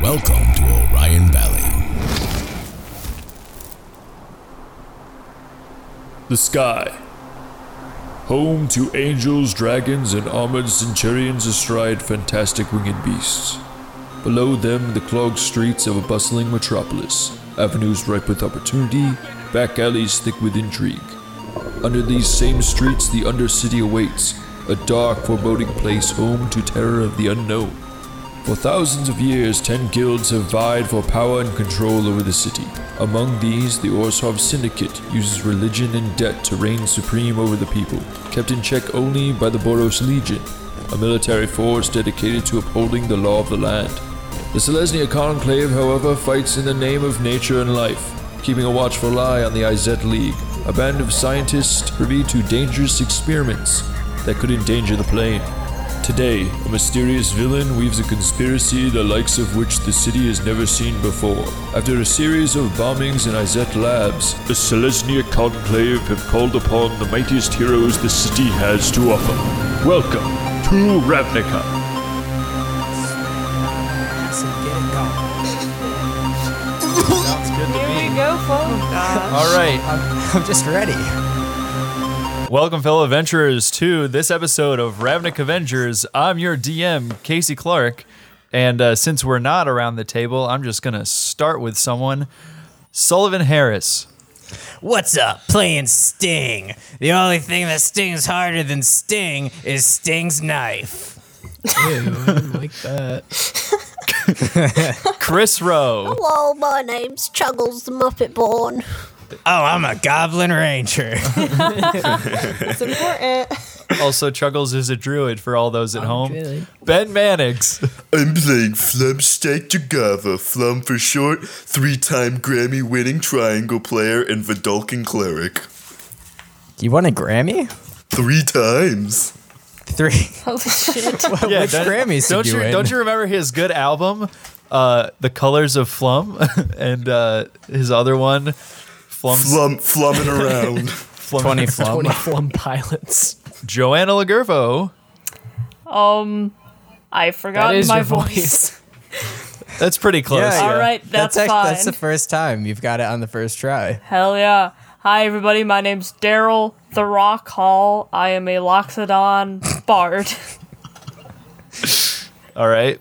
Welcome to Orion Valley. The sky. Home to angels, dragons, and armored centurions astride fantastic winged beasts. Below them, the clogged streets of a bustling metropolis, avenues ripe with opportunity, back alleys thick with intrigue. Under these same streets, the undercity awaits, a dark, foreboding place home to terror of the unknown. For thousands of years, ten guilds have vied for power and control over the city. Among these, the Orsov Syndicate uses religion and debt to reign supreme over the people, kept in check only by the Boros Legion, a military force dedicated to upholding the law of the land. The Selesnya Conclave, however, fights in the name of nature and life, keeping a watchful eye on the Izet League, a band of scientists privy to dangerous experiments that could endanger the plane. Today, a mysterious villain weaves a conspiracy the likes of which the city has never seen before. After a series of bombings in Izet Labs, the Selesnya Conclave have called upon the mightiest heroes the city has to offer. Welcome to Ravnica. Here you go, folks. All right. I'm just ready. Welcome, fellow adventurers, to this episode of Ravnik Avengers. I'm your DM, Casey Clark. And uh, since we're not around the table, I'm just going to start with someone Sullivan Harris. What's up? Playing Sting. The only thing that stings harder than Sting is Sting's knife. Chris Oh. Rowe. Hello, my name's Chuggles the Muppet Born. Oh, I'm a Goblin Ranger. It's important. Also, Chuggles is a druid for all those at home. Ben Mannix. I'm playing Flumstack Jagava, Flum for short, three time Grammy winning triangle player and Vidalkin cleric. You won a Grammy? Three times. Three. Holy shit. Yeah, Which don't- Grammys did don't you win? Don't you remember his good album, uh, The Colors of Flum, and uh, his other one, Flum's Flum, flumming around. 20 flum. 20 flum pilots. Joanna Lagurvo. Um, I That forgot is my your voice. voice. That's pretty close. Yeah, All right, that's, act- fine. That's the first time you've got it on the first try. Hell yeah. Hi, everybody. My name's Daryl The Rock Hall. I am a Loxodon bard. All right.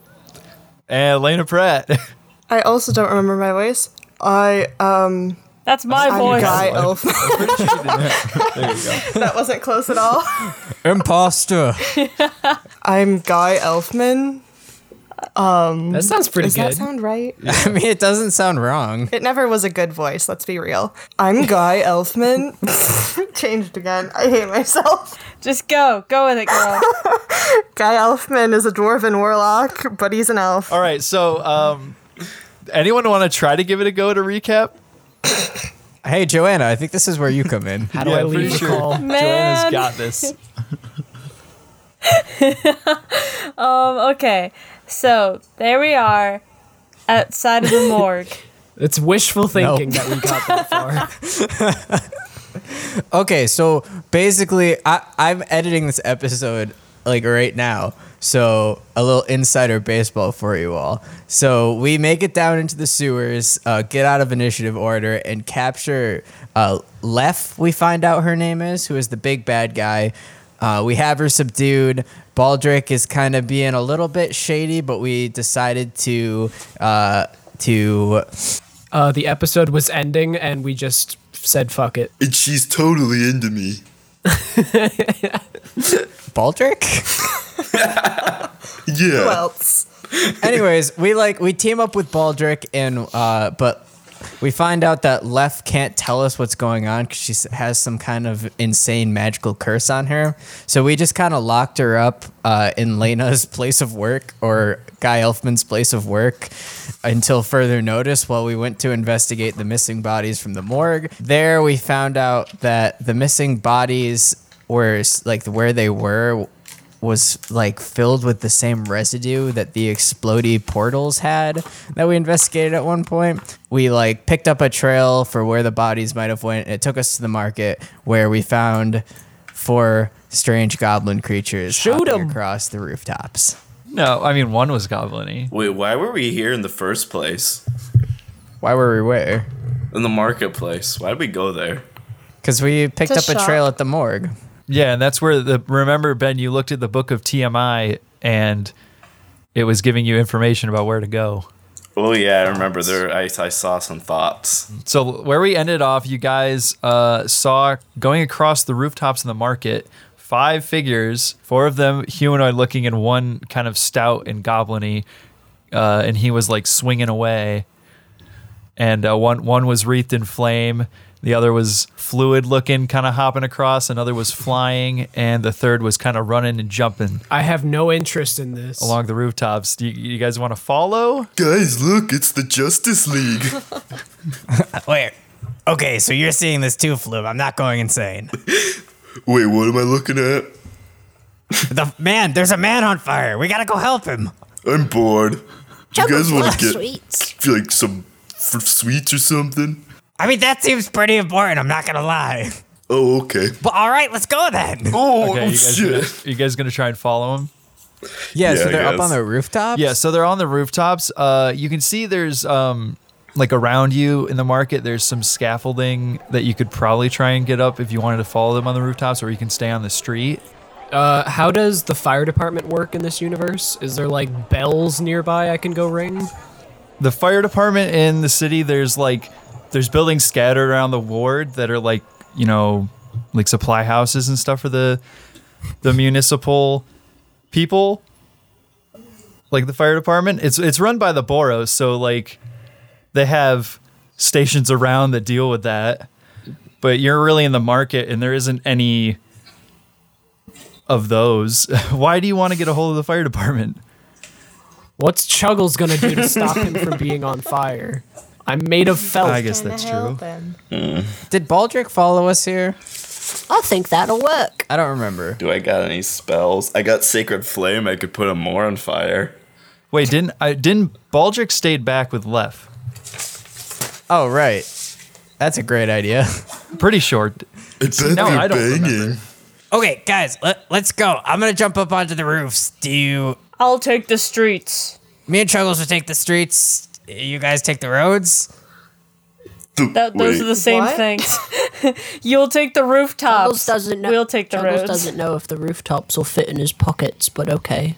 And Lena Pratt. I also don't remember my voice. I um That's my I'm voice. guy elf. that wasn't close at all. Imposter. I'm Guy Elfman. Um, That sounds pretty Does that good. sound right? I mean, it doesn't sound wrong. It never was a good voice, let's be real. I'm Guy Elfman. Changed again. I hate myself. Just go. Go with it, girl. Guy Elfman is a dwarven warlock, but he's an elf. All right. So, um, anyone want to try to give it a go to recap? Hey, Joanna, I think this is where you come in. How do I I'm pretty leave the sure. call? Joanna's Man. got this. Um, okay. So, there we are outside of the morgue. It's wishful thinking that we got that far. Okay, so basically, I, I'm editing this episode like right now. So a little insider baseball for you all. So we make it down into the sewers, uh, get out of initiative order, and capture uh, Lef. We find out her name is, who is the big bad guy. Uh, we have her subdued. Baldric is kind of being a little bit shady, but we decided to uh, to Uh, the episode was ending, and we just said fuck it. and she's totally into me. Baldric. Yeah. Who else? Anyways, we like we team up with Baldric and uh, but we find out that Left can't tell us what's going on because she s- has some kind of insane magical curse on her. So we just kind of locked her up uh, in Lena's place of work or Guy Elfman's place of work until further notice. While we went to investigate the missing bodies from the morgue, there we found out that the missing bodies were s- like where they were was like filled with the same residue that the explody portals had that we investigated at one point. We like picked up a trail for where the bodies might have went. It took us to the market where we found four strange goblin creatures Shoot hopping 'em. across the rooftops. No, I mean one was goblin-y. Wait, why were we here in the first place? Why were we where? In the marketplace. Why did we go there? Because we picked To up a trail shop. at the morgue. Yeah, and that's where the remember Ben, you looked at the book of TMI and it was giving you information about where to go. Oh yeah, I remember there. I, I saw some thoughts. So where we ended off, you guys uh, saw going across the rooftops in the market five figures, four of them humanoid looking and one kind of stout and goblin-y, uh, and he was like swinging away. And uh, one one was wreathed in flame, the other was fluid looking, kind of hopping across. Another was flying, and the third was kind of running and jumping I have no interest in this. along the rooftops. Do you, you guys want to follow? Guys, look, it's the Justice League. Wait. Okay, so you're seeing this too, Flume. I'm not going insane. Wait, what am I looking at? The man, there's a man on fire. We gotta go help him. I'm bored. Do you Chuggles guys want love to get sweets. like some f- sweets or something? I mean, that seems pretty important. I'm not gonna lie. Oh, okay. But all right, let's go then. Oh, Okay, you guys, gonna, shit. you guys gonna try and follow him? Yeah, so I they're up guess. on the rooftops. Yeah, so they're on the rooftops. Uh, you can see there's um, like around you in the market. There's some scaffolding that you could probably try and get up if you wanted to follow them on the rooftops, or you can stay on the street. Uh, how does the fire department work in this universe? Is there like bells nearby I can go ring? The fire department in the city. There's like there's buildings scattered around the ward that are like you know like supply houses and stuff for the the municipal people. Like the fire department, it's it's run by the borough, so like they have stations around that deal with that. But you're really in the market, and there isn't any of those. Why do you want to get a hold of the fire department? What's Chuggles gonna do to stop him from being on fire? I'm made of felt. I guess that's true. Hmm. Did Baldric follow us here? I think that'll work. I don't remember. Do I got any spells? I got sacred flame. I could put him more on fire. Wait, didn't I didn't Baldric stayed back with Lef? Oh, right. That's a great idea. Pretty short. It bet No, I they're don't remember. banging. Okay, guys, let, let's go. I'm gonna jump up onto the roofs. Do you? I'll take the streets. Me and Chuggles will take the streets. You guys take the roads. Th- That, those wait. are the same What? things. You'll take the Chuggles rooftops. doesn't know. We'll take the Chuggles roads. doesn't know if the rooftops will fit in his pockets, but okay.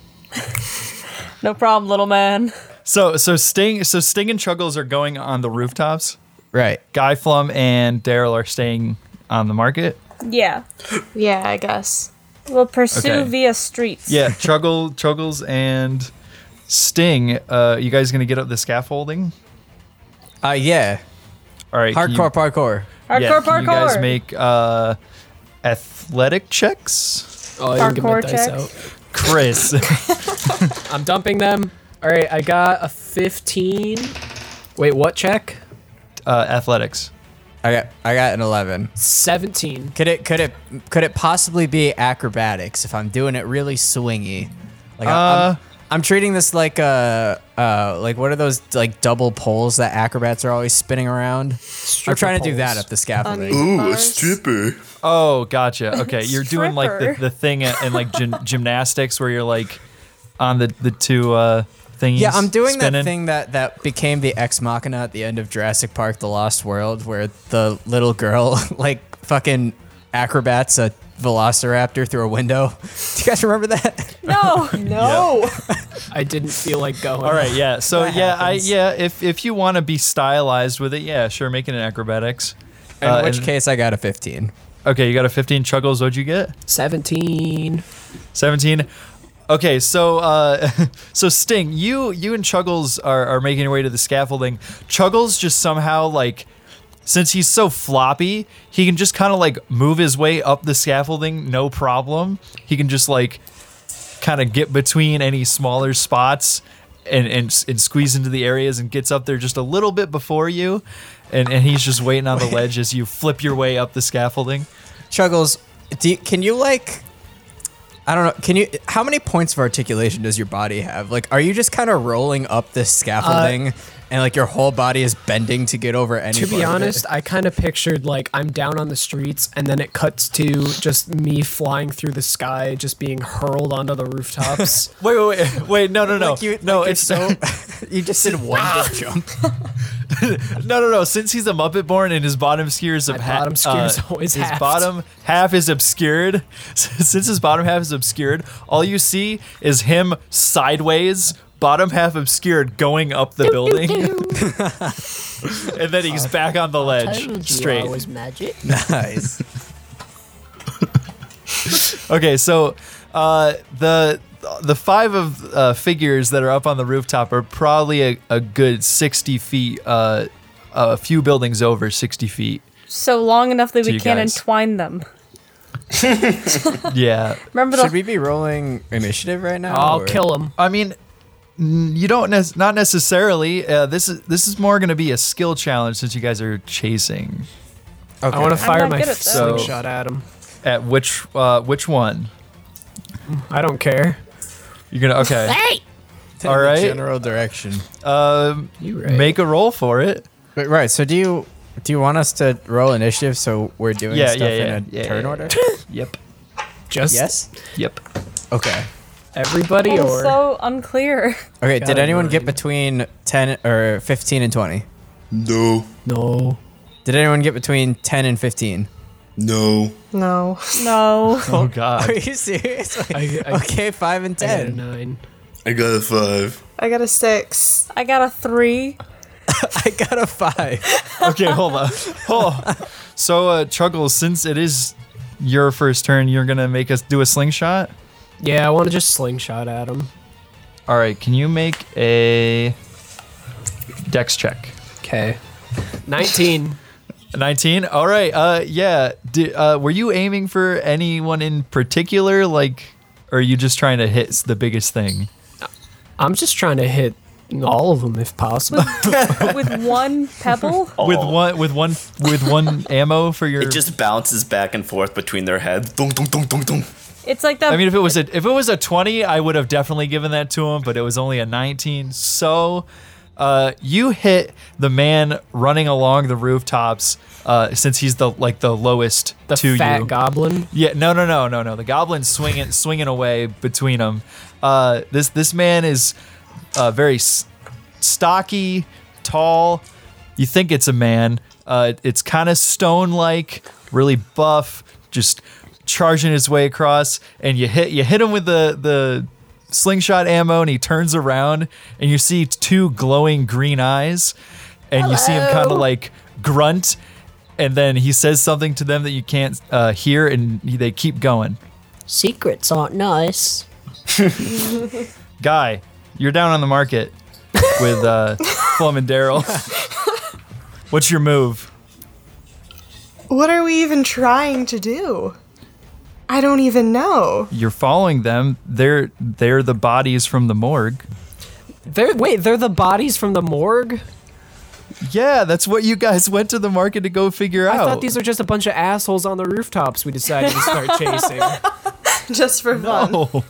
No problem, little man. So so Sting so Sting and Chuggles are going on the rooftops. Right. Guy Flum and Daryl are staying on the market. Yeah. Yeah, I guess. We'll pursue Okay. via streets. Yeah, Chuggle Chuggles and Sting. Uh, you guys gonna get up the scaffolding? Uh, yeah. All right. can you- Hardcore parkour. Hardcore yeah, parkour. Can you guys make uh, athletic checks? Oh, I didn't get my Parkour dice checks. out. Chris. I'm dumping them. All right, I got a 15. Wait, what check? uh, athletics. I got I got an eleven. 17. Could it could it could it possibly be acrobatics if I'm doing it really swingy? Like I- Uh, I'm, I'm treating this like uh uh like what are those like double poles that acrobats are always spinning around? I'm trying to do that poles. at the scaffolding. Onion. Ooh, a Bars. stripper. Oh, gotcha. Okay, you're doing like the, Stripper. the thing at- in like gym, gymnastics where you're like on the the two uh thingies. Yeah, I'm doing spinning. that thing that that became the ex machina at the end of Jurassic Park: The Lost World, where the little girl like fucking acrobats a velociraptor through a window. Do you guys remember that? No. No. I didn't feel like going. All right, yeah. So yeah, happens. I yeah, if if you want to be stylized with it, yeah, sure, make it an acrobatics. In Uh, which and- case, I got a 15. Okay, you got a 15 chuggles. What'd you get? 17. 17. Okay, so uh so Sting, you you and Chuggles are are making your way to the scaffolding. Chuggles just somehow like since he's so floppy, he can just kind of like move his way up the scaffolding no problem. He can just like kind of get between any smaller spots and, and and squeeze into the areas and gets up there just a little bit before you. And, and he's just waiting on the ledge as you flip your way up the scaffolding. Chuggles, do you, can you like? I don't know. Can you? How many points of articulation does your body have? Like, are you just kind of rolling up this scaffolding, and like your whole body is bending to get over any? Uh, To part be of it? honest, I kind of pictured like I'm down on the streets and then it cuts to just me flying through the sky, just being hurled onto the rooftops. Wait, wait, wait, wait! No, no, no, Like you- no! like you're it's Ah. so. you just did one big jump. no, no, no. Since he's a Muppet born and his bottom skier is My bottom skier is always uh, his halved. bottom half is obscured. Since his bottom half is obscured, all you see is him sideways, bottom half obscured, going up the building, and then he's back on the Told ledge you I straight. was magic. nice. Okay, so uh, the the five of uh, figures that are up on the rooftop are probably a, a good sixty feet, uh, a few buildings over sixty feet. So long enough that To we you can't guys. entwine them. Yeah. Remember the Should we be rolling initiative right now? I'll or- kill him. I mean, n- you don't nec- not necessarily. Uh, this is this is more going to be a skill challenge since you guys are chasing. Okay. I want to fire not my good at that. So- slingshot at him. At which uh, which one? I don't care. You're gonna okay. Hey! all the right. General direction. Um, You make a roll for it. Wait, right. So do you do you want us to roll initiative so we're doing Yeah, stuff yeah, yeah, in a yeah, turn yeah, order? Yep. just yes. Yep. Okay. everybody That or is so unclear. Okay. Got did it, anyone get Ryan. between ten or fifteen and twenty? No, no. Did anyone get between ten and fifteen? no. No. No. Oh God. Are you serious? I, I, okay, five and I got a ten. nine. I got a five. I got a six. I got a three. I got a five. okay, hold on. Hold. on. So uh, Chuggles, since it is your first turn, you're gonna make us do a slingshot. Yeah, I want to just slingshot at him. All right. Can you make a dex check? Okay. 19. 19 all right uh yeah Di- uh were you aiming for anyone in particular like or are you just trying to hit s- the biggest thing I'm just trying to hit all of them if possible. With one pebble? with Oh. one with one with one ammo for your It just bounces back and forth between their heads. Dong, dong, dong, dong, dong. It's like that. i mean if it was a if it was a 20 i would have definitely given that to him but it was only a 19 so uh you hit the man running along the rooftops uh since he's the like the lowest the to fat you goblin. Yeah, no, no, no, no, no. The goblin's swinging, swinging away between them. Uh, this this man is uh, very s- stocky, tall. You think it's a man. Uh, it's kind of stone-like, really buff, just charging his way across. And you hit you hit him with the the slingshot ammo, and he turns around, and you see two glowing green eyes, and you see him kind of Hello. like grunt and then he says something to them that you can't uh, hear, and he- they keep going. Secrets aren't nice. Guy, you're down on the market with uh, Flum and Daryl. What's your move? What are we even trying to do? I don't even know. You're following them. They're they're the bodies from the morgue. They're wait, they're the bodies from the morgue? Yeah, that's what you guys went to the market to go figure I out. thought these were just a bunch of assholes on the rooftops we decided to start chasing. Just for fun. oh,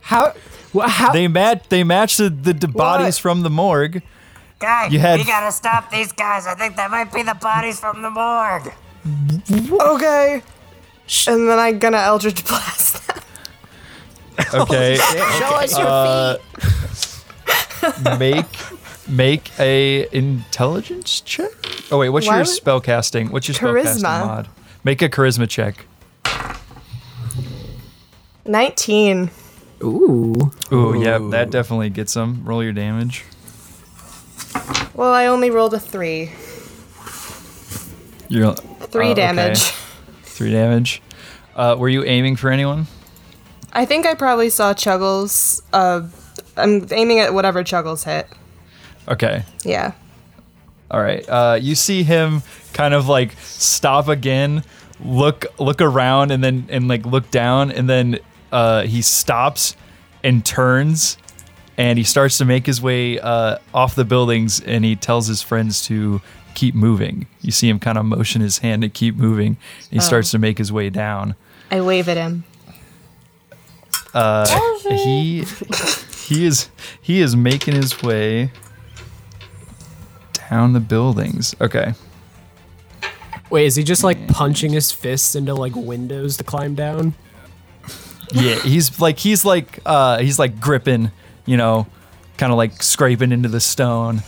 How wha how they match they match the, the, the bodies from the morgue. Guy, You had- we gotta stop these guys. I think that might be the bodies from the morgue. Okay. And then I'm gonna Eldritch Blast. them. Okay, uh, Show us your feet. make make a intelligence check. Oh wait, what's Why your would- spell casting? What's your spell casting Charisma. mod? Make a charisma check. 19. Ooh. Ooh, yeah, that definitely gets them. Roll your damage. Well, I only rolled a three. You're Three uh, okay. damage. Three damage. Uh, were you aiming for anyone? I think I probably saw Chuggles. Uh, I'm aiming at whatever Chuggles hit. Okay. Yeah. All right. Uh, you see him kind of like stop again, look look around, and then and like look down, and then uh, he stops and turns, and he starts to make his way uh, off the buildings, and he tells his friends to keep moving. You see him kind of motion his hand to keep moving. And he starts to make his way down. I wave at him. Uh, he he is he is making his way down the buildings. Okay. Wait, is he just like punching his fists into like windows to climb down? Yeah, he's like he's like uh he's like gripping, you know, kind of like scraping into the stone,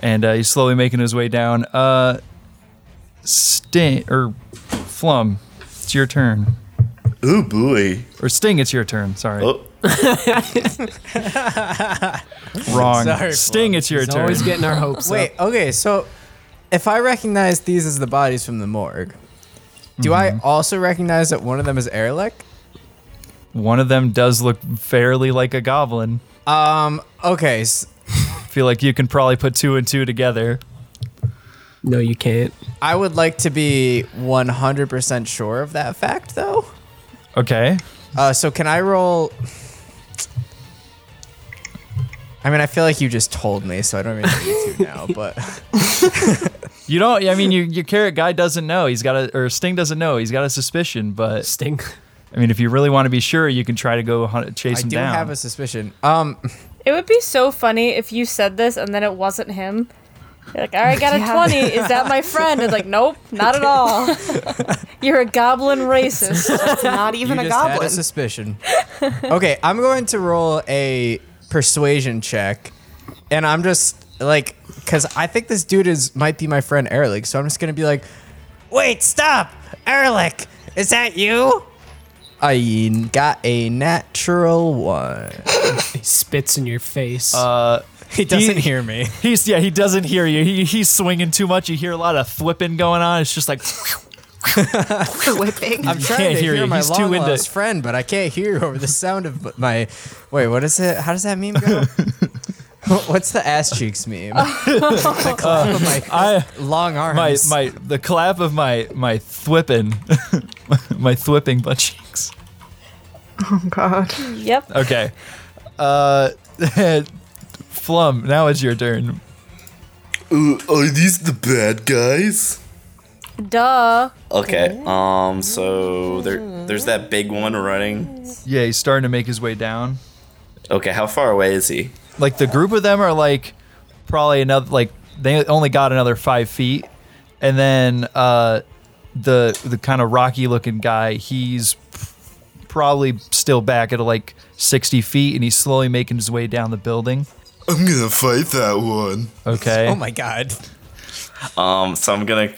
and uh, he's slowly making his way down. Uh, Sting or Flum, it's your turn. Ooh boy. Or Sting, it's your turn. Sorry. Wrong. Sorry, Sting, it's your He's turn. always getting our hopes Wait, okay, so if I recognize these as the bodies from the morgue, do I Mm-hmm. also recognize that one of them is Erlich? One of them does look fairly like a goblin. Um, okay. s- Feel like you can probably put two and two together. No, you can't. I would like to be 100% sure of that fact, though. Okay. Uh, so can I roll? I mean, I feel like you just told me, so I don't even need to now. But You don't. I mean, your your carrot guy doesn't know. He's got a or Sting doesn't know. He's got a suspicion, but Sting. I mean, if you really want to be sure, you can try to go hunt, chase I him do down. have a suspicion. Um, It would be so funny if you said this and then it wasn't him. You're like, all right, got a Yeah. 20. Is that my friend? It's like, nope, not at all. You're a goblin racist. It's not you just had a suspicion. okay, I'm going to roll a persuasion check, and I'm just like, because I think this dude is might be my friend Erlich, so I'm just gonna be like, wait, stop, Erlich, is that you? I got a natural one. he spits in your face. Uh, he doesn't hear me. He's yeah, he doesn't hear you. He, he's swinging too much. You hear a lot of flipping going on. It's just like Whipping. I'm You trying can't to hear hear, you. my He's too long into- lost friend, but I can't hear over the sound of my. Wait, what is it? How does that meme go? Wh- What's the ass cheeks meme? Uh, the clap of my I long my arms. my the clap of my my thwipping, my thwipping butt cheeks. Oh god. Yep. Okay, uh, Flum. Now it's your turn. Uh, are these the bad guys? Duh. Okay. Um. So there, there's that big one running. Yeah, he's starting to make his way down. Okay. How far away is he? Like the group of them are like probably another like they only got another five feet, and then uh, the the kind of rocky looking guy he's probably still back at like sixty feet, and he's slowly making his way down the building. I'm gonna fight that one. Okay. god. Um. So I'm gonna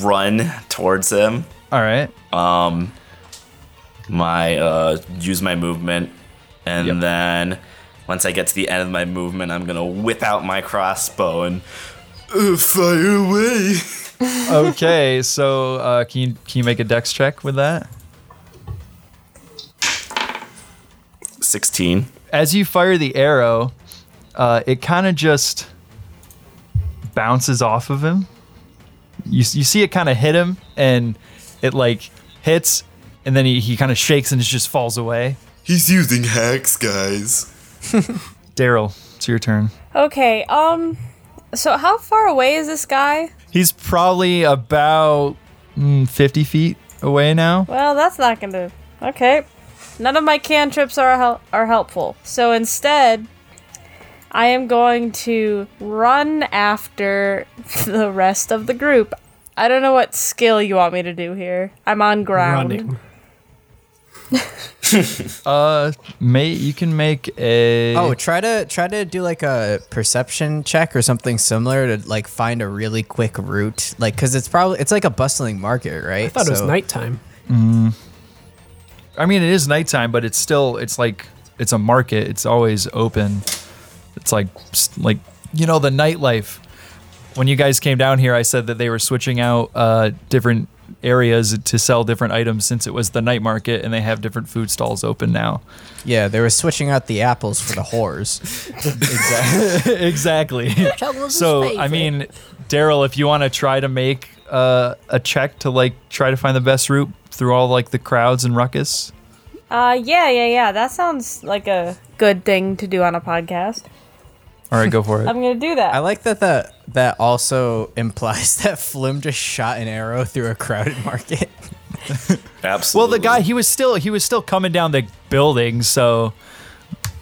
run towards him. All right. Um. My uh. Use my movement, and then once I get to the end of my movement, I'm gonna whip out my crossbow and Uh, fire away. okay, so uh, can you can you make a dex check with that? 16. As you fire the arrow, uh, it kind of just bounces off of him. You s- you see it kind of hit him, and it like hits, and then he, he kind of shakes and it just falls away. He's using hacks, guys. Daryl, it's your turn. Okay, um, so how far away is this guy? He's probably about mm, fifty feet away now. Well, that's not gonna. Okay. None of my cantrips are hel- are helpful. So instead, I am going to run after the rest of the group. I don't know what skill you want me to do here. I'm on ground. Running. uh, may you can make a Oh, try to try to do like a perception check or something similar to like find a really quick route, like because it's probably it's like a bustling market, right? I thought it was nighttime. Mm. I mean, it is nighttime, but it's still it's like it's a market. It's always open. It's like like you know the nightlife. When you guys came down here, I said that they were switching out uh, different areas to sell different items since it was the night market, and they have different food stalls open now. Yeah, they were switching out the apples for the whores. exactly. exactly. Chuckles' so I mean, Daryl, if you want to try to make uh, a check to like try to find the best route through all like the crowds and ruckus. Uh, yeah, yeah, yeah. That sounds like a good thing to do on a podcast. All right, go for it. I'm gonna do that. I like that that that also implies that Flim just shot an arrow through a crowded market. Absolutely. Well, the guy he was still he was still coming down the building, so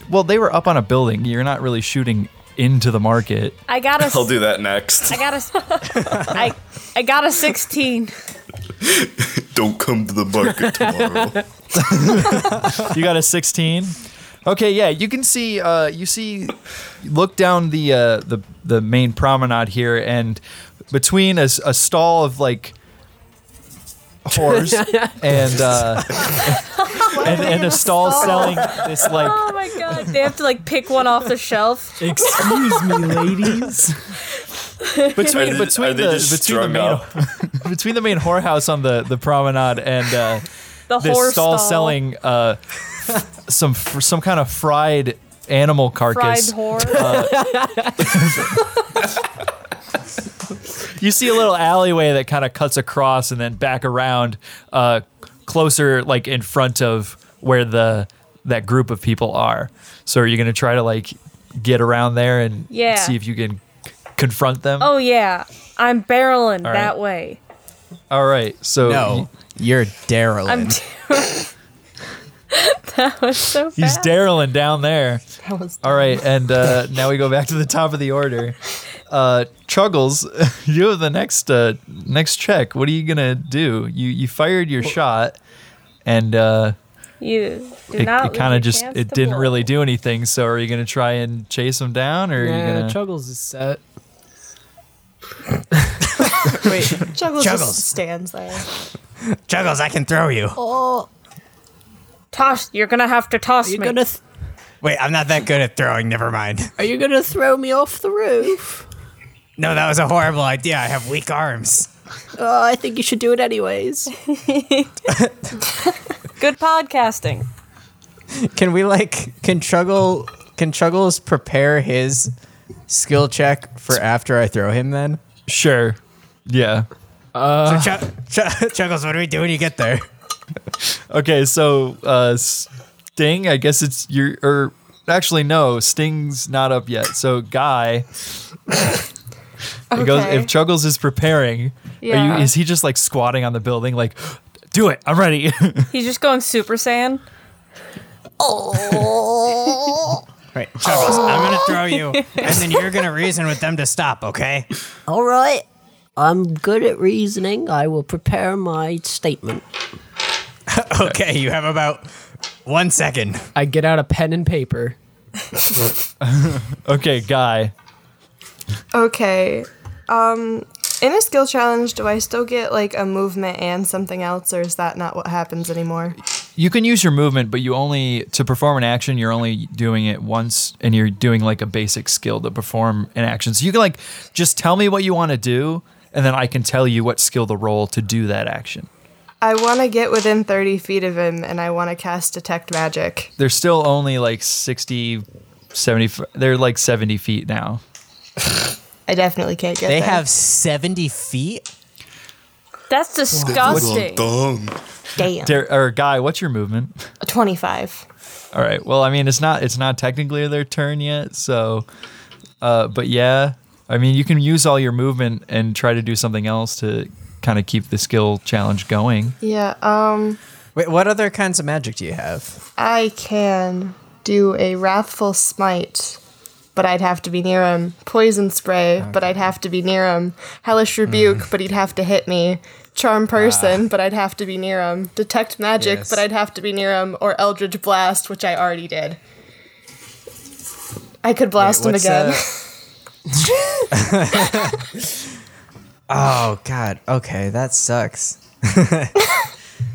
well they were up on a building. You're not really shooting into the market. I got a. s- I'll do that next. I got a. s- I I got a sixteen. Don't come to the market tomorrow. you got a 16 okay yeah you can see uh, you see look down the uh, the the main promenade here and between a, s- a stall of like whores and uh, and, and a stall selling this like Oh my god! They have to like pick one off the shelf. Excuse me, ladies. between Are they- between are they the just between the strung main between the main whorehouse on the the promenade and uh, The this whore stall, stall. selling uh, some f- some kind of fried animal carcass. Fried whore. uh, you see a little alleyway that kind of cuts across and then back around uh, closer like in front of where the that group of people are so are you going to try to like get around there and Yeah. see if you can c- confront them Oh yeah, I'm barreling All that right. way. all right so No, you're Daryl. I'm. that was so bad. he's Darylin down there That was all right and uh, now we go back to the top of the order uh, Chuggles, you have the next uh, next check. What are you gonna do? You you fired your shot, and uh, You do it, not. kind leave of your just chance it to didn't blow. really do anything. So are you gonna try and chase him down, or Yeah, are you gonna? Chuggles is set. Wait, Juggles. Juggles, just stands there. Juggles, I can throw you. Oh, Toss. You're gonna have to toss You're me. gonna th- Wait, I'm not that good at throwing. Never mind. Are you gonna throw me off the roof? No, that was a horrible idea. I have weak arms. Oh, I think you should do it anyways. Good podcasting. Can we like can Truggle can Truggles prepare his skill check for after I throw him then? Sure. Yeah. Uh, so Chug- Chug- Chuggles, what do we do when you get there? Okay, so uh, Sting, I guess it's your or actually no, Sting's not up yet. So Guy, it goes Okay. if Chuggles is preparing. Are Yeah. you, is he just like squatting on the building like? Do it! I'm ready. He's just going Super Saiyan. Oh. Right, Chuggles, I'm gonna throw you, and then you're gonna reason with them to stop. Okay? All right. I'm good at reasoning. I will prepare my statement. okay, you have about one second. I get out a pen and paper. okay, Guy. Okay. Um, in a skill challenge, do I still get like a movement and something else, or is that not what happens anymore? You can use your movement, but you only to perform an action. You're only doing it once, and you're doing like a basic skill to perform an action. So you can like just tell me what you want to do, and then I can tell you what skill to roll to do that action. I want to get within 30 feet of him, and I want to cast Detect Magic. They're still only like 60, 70. f- They're like seventy feet now. I definitely can't get They there. have seventy feet. That's disgusting. Damn. Dar- or guy, what's your movement? 25. All right. Well, I mean, it's not it's not technically their turn yet. So, uh, but yeah, I mean, you can use all your movement and try to do something else to kind of keep the skill challenge going. Yeah, um, Wait, what other kinds of magic do you have? I can do a Wrathful Smite, but I'd have to be near him. Poison Spray, but I'd have to be near him. Hellish Rebuke, Mm. but he'd have to hit me. Charm Person, but I'd have to be near him. Detect Magic, Ah. Yes. but I'd have to be near him. Or Eldritch Blast, which I already did. I could blast him what's again. Oh God. Okay, that sucks.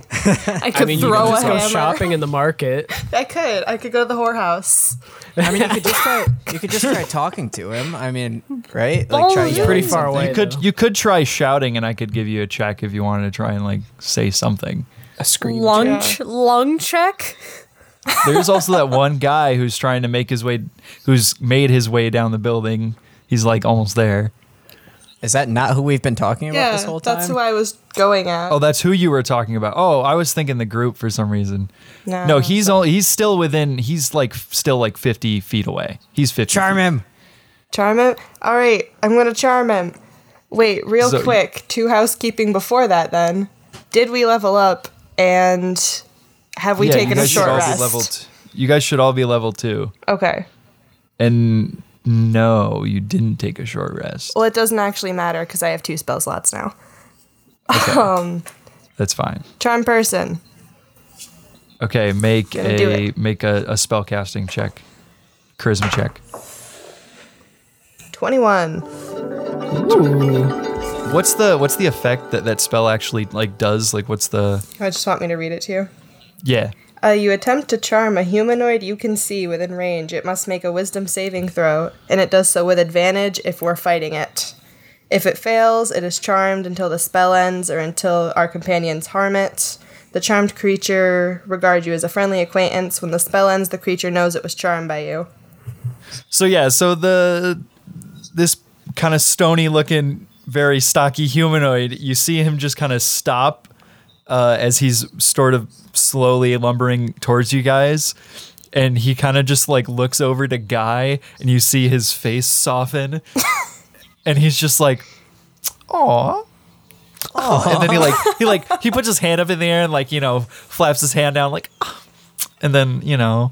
I could I mean, you throw can a just go hammer. shopping in the market. I could. I could go to the whorehouse. I mean, you could just try. You could just try talking to him. I mean, right? Like try Balloon. yelling Pretty far something. away. You could you could try shouting, and I could give you a check if you wanted to try and like say something. A scream. Lunge, lung check. There's also that one guy who's trying to make his way, who's made his way down the building. He's like almost there. Is that not who we've been talking about this Yeah, whole time? that's who I was going at. Oh, that's who you were talking about. Oh, I was thinking the group for some reason. No. No, he's only, he's still within. He's like f- still like fifty feet away. He's fifty. Charm him. Charm him? Alright, I'm gonna charm him. Wait, real So- quick, two housekeeping before that then. Did we level up? And have we Yeah, you taken a guys should short all be rest? level t- you guys should all be level two. Okay. And no, you didn't take a short rest. Well, it doesn't actually matter because I have two spell slots now. Um, That's fine. charm person. Okay, make Gonna do a make a, a spell casting check, charisma check. 21. What's the what's the effect that that spell actually like does? Like, what's the I just want me to read it to you. yeah? Uh, you attempt to charm a humanoid you can see within range. It must make a wisdom saving throw, and it does so with advantage if we're fighting it. If it fails, it is charmed until the spell ends or until our companions harm it. The charmed creature regard you as a friendly acquaintance. When the spell ends, the creature knows it was charmed by you. So yeah, so the this kind of stony looking, very stocky humanoid. You see him just kind of stop uh, as he's sort of slowly lumbering towards you guys, and he kind of just like looks over to Guy, and you see his face soften, and he's just like, "Aw." Oh, and then he like he like he puts his hand up in the air and like you know flaps his hand down like, "Ah." and then you know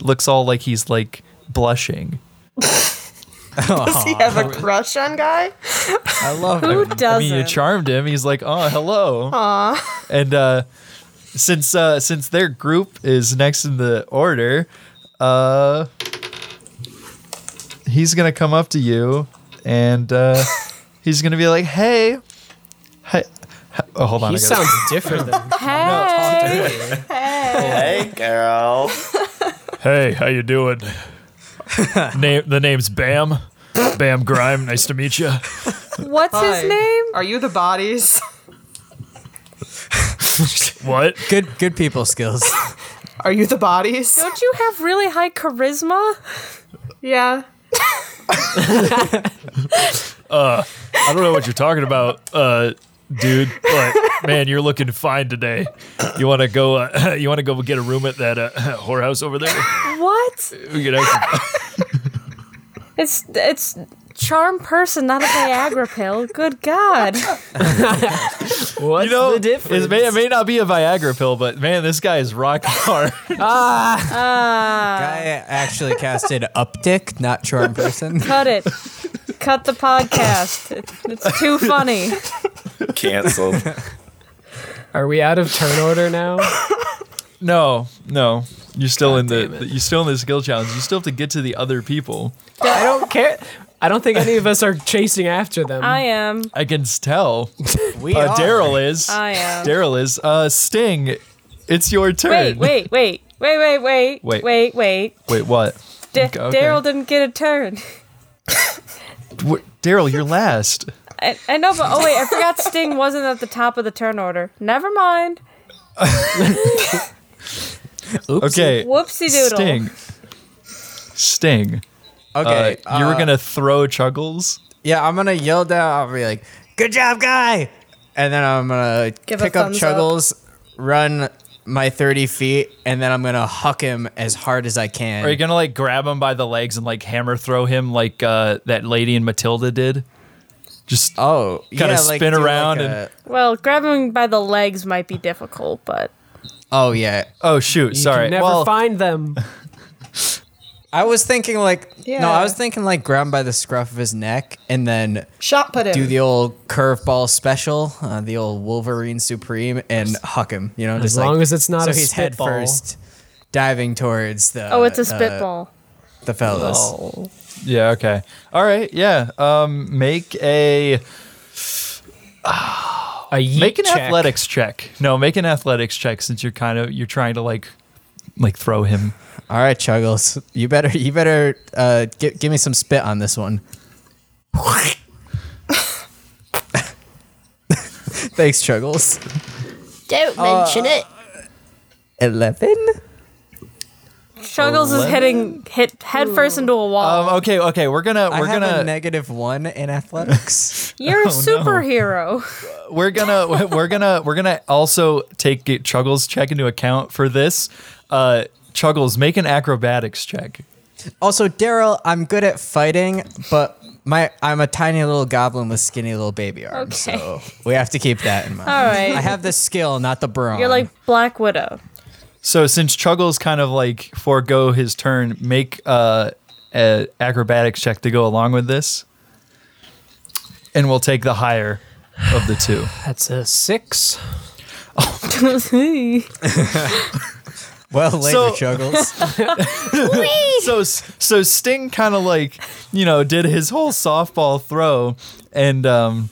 looks all like he's like blushing. Does he have a crush on Guy? I love Who I mean, you doesn't? charmed him. He's like, oh, hello. Aw. And uh, since uh, since their group is next in the order, uh, he's gonna come up to you, and uh, he's gonna be like, hey, hi. hi- Oh, hold on. He I gotta- sounds different than Hey. Hey. girl. hey, how you doing? Name the name's Bam. Bam Grime. Nice to meet you. What's his name? Are you the bodies? What? Good good people skills. Are you the bodies? Don't you have really high charisma? Yeah. Uh, I don't know what you're talking about, uh, dude. But man, you're looking fine today. You want to go? Uh, you want to go get a room at that uh, whorehouse over there? What? We could actually, It's it's charm person, not a Viagra pill. Good God. What's the difference? It may, it may not be a Viagra pill, but man, this guy is rock hard. ah, Ah. I actually casted uptick, not charm person. Cut it. Cut the podcast. It- It's too funny. Canceled. Are we out of turn order now? no, no, you're still in the you're still in the skill challenge. You still have to get to the other people. I don't care. I don't think any of us are chasing after them. I am. I can tell. We uh, are. Daryl is. I am. Daryl is. Uh, Sting, it's your Wait, turn. wait, wait. Wait, wait, wait. Wait. Wait, wait. Wait, what? Da- Okay, okay. Daryl didn't get a turn. Wh- Daryl, you're last. I, I know, but oh wait, I forgot Sting wasn't at the top of the turn order. Never mind. Okay. Whoopsie doodle. Sting. Sting. Okay, Uh, you were uh, gonna throw Chuggles. Yeah, I'm gonna yell down. I'll be like, "Good job, guy!" And then I'm gonna Give a pick up thumbs up. Chuggles, run my 30 feet, and then I'm gonna huck him as hard as I can. Are you gonna like grab him by the legs and like hammer throw him like uh, that lady in Matilda did? Just oh, kind yeah, of like, spin do, like, around and a- Well, grabbing by the legs might be difficult, but oh yeah. oh shoot, You sorry. can never well, find them. I was thinking like no, Yeah. I was thinking like grab him by the scruff of his neck and then Shot put him. do the old curveball special, uh, the old Wolverine Supreme, and huck him. You know, As just like- long as it's not so a he's head spitball. first, diving towards the oh, it's a the- spitball. Oh. The fellas. yeah, okay, all right, yeah. Um, make a A yeet make an check. athletics check. No, make an athletics check since you're kind of you're trying to like like throw him. All right, Chuggles, you better you better uh, gi- give me some spit on this one. Thanks, Chuggles. Don't Uh, mention it. Eleven. Chuggles is hitting hit head first into a wall. Um, okay, okay, we're gonna I we're have gonna a negative one in athletics. You're a oh, no. superhero. we're gonna we're gonna we're gonna also take it- Chuggles check into account for this. Uh, Chuggles, make an acrobatics check. also, Daryl, I'm good at fighting, but my I'm a tiny little goblin with skinny little baby arms. Okay. So we have to keep that in mind. All right. I have the skill, not the brawn. You're like Black Widow. So since Chuggles kind of like forego his turn, make uh, a acrobatics check to go along with this, and we'll take the higher of the two. That's a six. well, later, So- Chuggles. so so Sting kind of like you know did his whole softball throw, and um,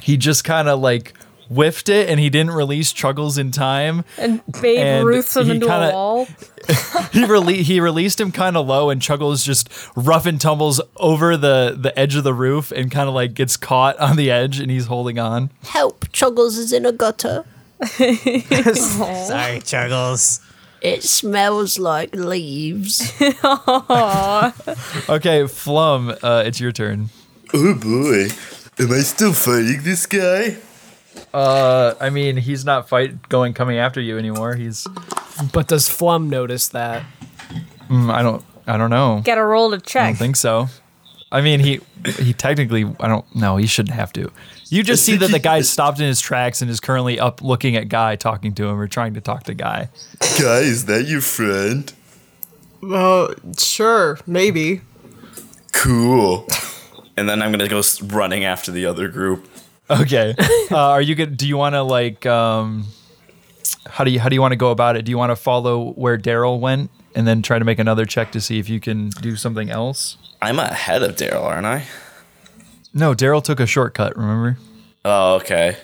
he just kind of like whiffed it, and he didn't release Chuggles in time. And Babe And Ruths him he into kinda- a wall. he rele- he released him kind of low, and Chuggles just rough and tumbles over the the edge of the roof, and kind of like gets caught on the edge, and he's holding on. Help! Chuggles is in a gutter. Sorry, Chuggles. It smells like leaves. Okay, Flum, uh, it's your turn. Oh boy, am I still fighting this guy? Uh, I mean, he's not fight going coming after you anymore. He's. But does Flum notice that? Mm, I don't. I don't know. Gotta roll to I check. don't think so. I mean, he he technically. I don't. No, he shouldn't have to. You just see that the guy stopped in his tracks and is currently up looking at Guy, talking to him or trying to talk to Guy. Guy, is that your friend? Well, Oh, sure, maybe. Cool. And then I'm gonna go s- running after the other group. Okay. Uh, are you good? Do you want to like? Um, how do you how do you want to go about it? Do you want to follow where Daryl went and then try to make another check to see if you can do something else? I'm ahead of Daryl, aren't I? No, Daryl took a shortcut. Remember? Oh, okay.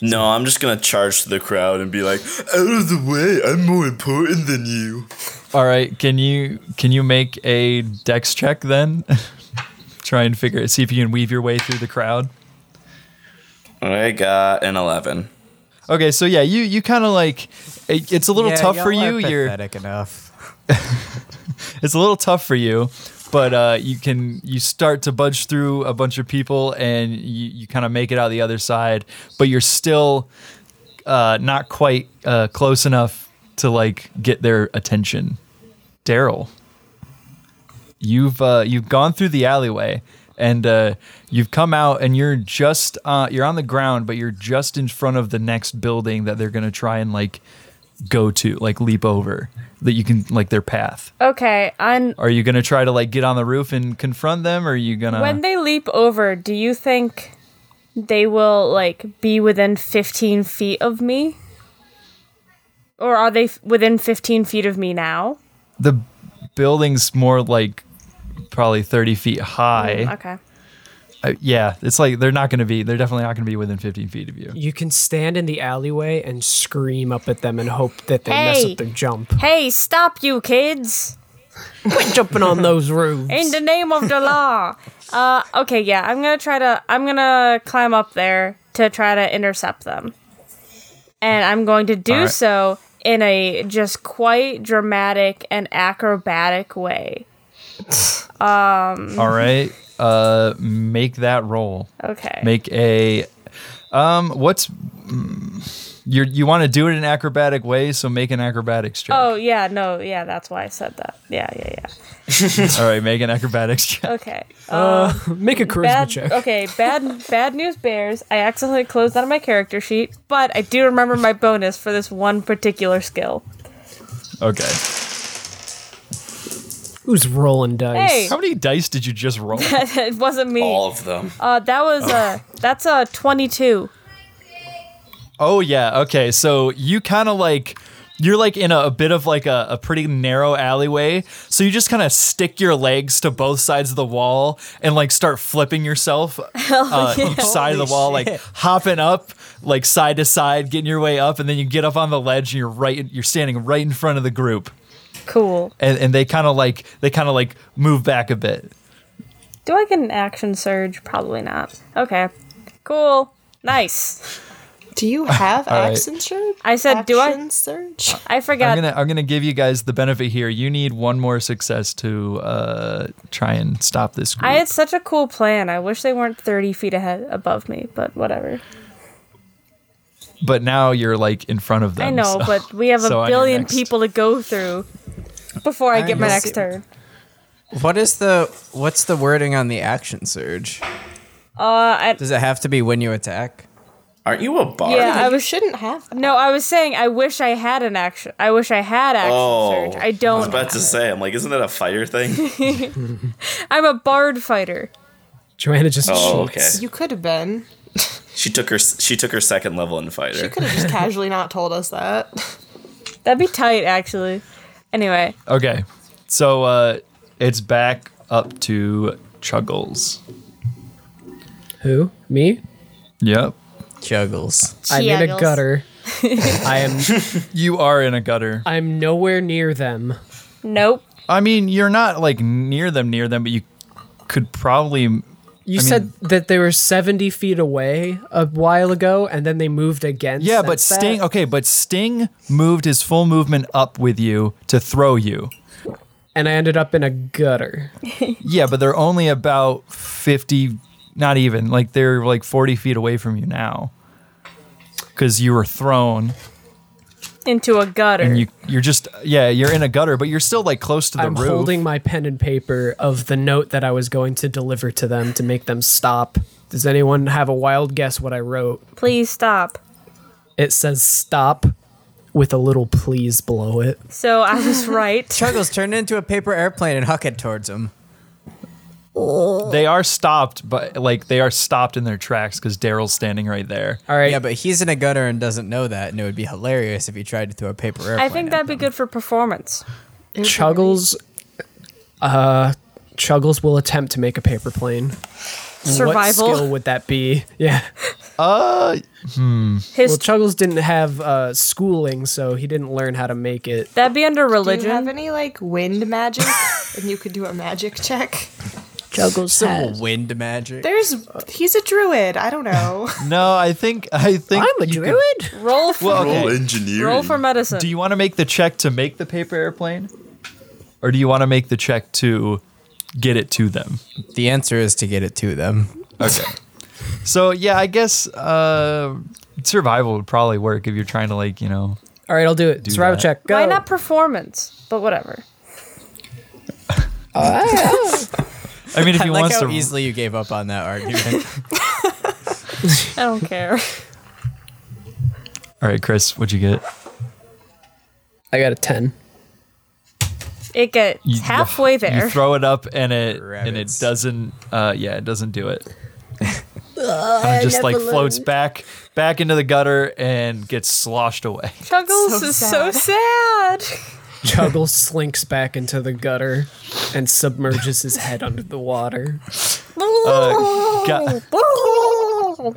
No, I'm just gonna charge to the crowd and be like, Out of the way, I'm more important than you. All right. Can you can you make a dex check then? Try and figure it. See if you can weave your way through the crowd. I got an 11. Okay, so yeah, you you kind of like it, it's a little Yeah, tough for y'all you. are You're pathetic enough. it's a little tough for you, but uh, you can you start to budge through a bunch of people and you, you kind of make it out the other side, but you're still uh, not quite uh, close enough to like get their attention. Daryl, you've uh, you've gone through the alleyway and uh, you've come out and you're just uh, you're on the ground, but you're just in front of the next building that they're gonna try and like go to, like leap over that you can like their path. Okay, I'm. Are you gonna try to like get on the roof and confront them, or are you gonna? When they leap over, do you think they will like be within 15 feet of me? Or are they f- within 15 feet of me now? the building's more like probably thirty feet high. Mm, Okay. Uh, yeah, it's like they're not gonna be. They're definitely not gonna be within fifteen feet of you. You can stand in the alleyway and scream up at them and hope that they mess Hey. up their jump. Hey, stop you kids! Quit jumping on those roofs. In the name of the law. Uh, okay, yeah, I'm gonna try to. I'm gonna climb up there to try to intercept them. And I'm going to do Alright. so in a just quite dramatic and acrobatic way. Um, All right, uh, make that roll. Okay. Make a. Um, what's mm, you're, you want to do it in acrobatic way? So make an acrobatics check. Oh, yeah, no, yeah, that's why I said that. Oh, Yeah, yeah, yeah. All right, make an acrobatics check. Okay. um, Uh, make a charisma bad, check. Okay, bad bad news bears. I accidentally closed out of my character sheet, but I do remember my bonus for this one particular skill. Okay. Who's rolling dice? Hey. How many dice did you just roll? it wasn't me. All of them. Uh, that was uh, that's a twenty-two. Oh yeah. Okay. So you kind of like you're like in a, a bit of like a, a pretty narrow alleyway. So you just kind of stick your legs to both sides of the wall and like start flipping yourself uh, Oh, yeah. each side of the Holy wall, like shit. hopping up, like side to side, getting your way up, and then you get up on the ledge and you're right. You're standing right in front of the group, Cool. and, and they kind of like they kind of like move back a bit. Do I get an action surge? Probably not. Okay. Cool. Nice. Do you have All right. accent surge? I said, do I- Action surge? I I'm forgot. gonna I'm gonna give you guys the benefit here. You need one more success to uh, try and stop this group. I had such a cool plan. I wish they weren't thirty feet ahead above me, but whatever. but now you're like in front of them. I know, so- but we have so a on your billion next- people to go through before I I get my know. next turn. What is the what's the wording on the action surge? Uh, I, Does it have to be when you attack? Aren't you a bard? Yeah, I was, shouldn't have. No, I was saying I wish I had an action. I wish I had action Oh, Oh. surge. I I was don't. about to say, I'm like, isn't that a fire thing? I'm a bard fighter. Joanna just Oh, okay. You could have been. She took her she took her second level in fighter. You could have just casually not told us that. That'd be tight, actually. Anyway, Okay, so uh, it's back up to Chuggles. Who? Me? Yep. Chuggles. I'm in a gutter. I am. you are in a gutter. I'm nowhere near them. Nope. I mean, you're not like near them, near them, but you could probably. You You said that they were 70 feet away a while ago, and then they moved again. Yeah, but since Sting. that. Okay, but Sting moved his full movement up with you to throw you. And I ended up in a gutter. yeah, but they're only about fifty, not even like they're like forty feet away from you now, because you were thrown into a gutter. and you you're just yeah you're in a gutter, but you're still like close to the I'm roof. holding my pen and paper of the note that I was going to deliver to them to make them stop. Does anyone have a wild guess what I wrote? Please stop. It says stop with a little please below it. So I was right. Chuggles turned into a paper airplane and huck it towards him. They are stopped, but like they are stopped in their tracks because Daryl's standing right there. All right. Yeah, but he's in a gutter and doesn't know that, and it would be hilarious if he tried to throw a paper airplane. I think that'd be good for performance. Chuggles, uh, Chuggles will attempt to make a paper plane. What Survival. skill would that be? Yeah. Uh, hmm. His- well, Chuggles didn't have uh, schooling, so he didn't learn how to make it. That'd be under religion. Do you have any like wind magic? and you could do a magic check. Chuggles Some wind magic. There's he's a druid. I don't know. No, I think I think I'm a you could- druid? Roll for Well, okay. Roll for medicine. Do you want to make the check to make the paper airplane, or do you want to make the check to get it to them? The answer is to get it to them. Okay. so yeah, I guess uh, survival would probably work if you're trying to like you know. All right, I'll do it. Do Survival that. check. Go. Why not performance? But whatever. I mean, if I he like wants how to- easily you gave up on that argument. I don't care. All right, Chris, what'd you get? I got a ten. It gets halfway there. You throw it up and it and it doesn't. Uh, yeah, it doesn't do it. Kind of just like floats back back into the gutter and gets sloshed away. Chuggles So is so sad. Chuggles slinks back into the gutter and submerges his head under the water. Uh, gu-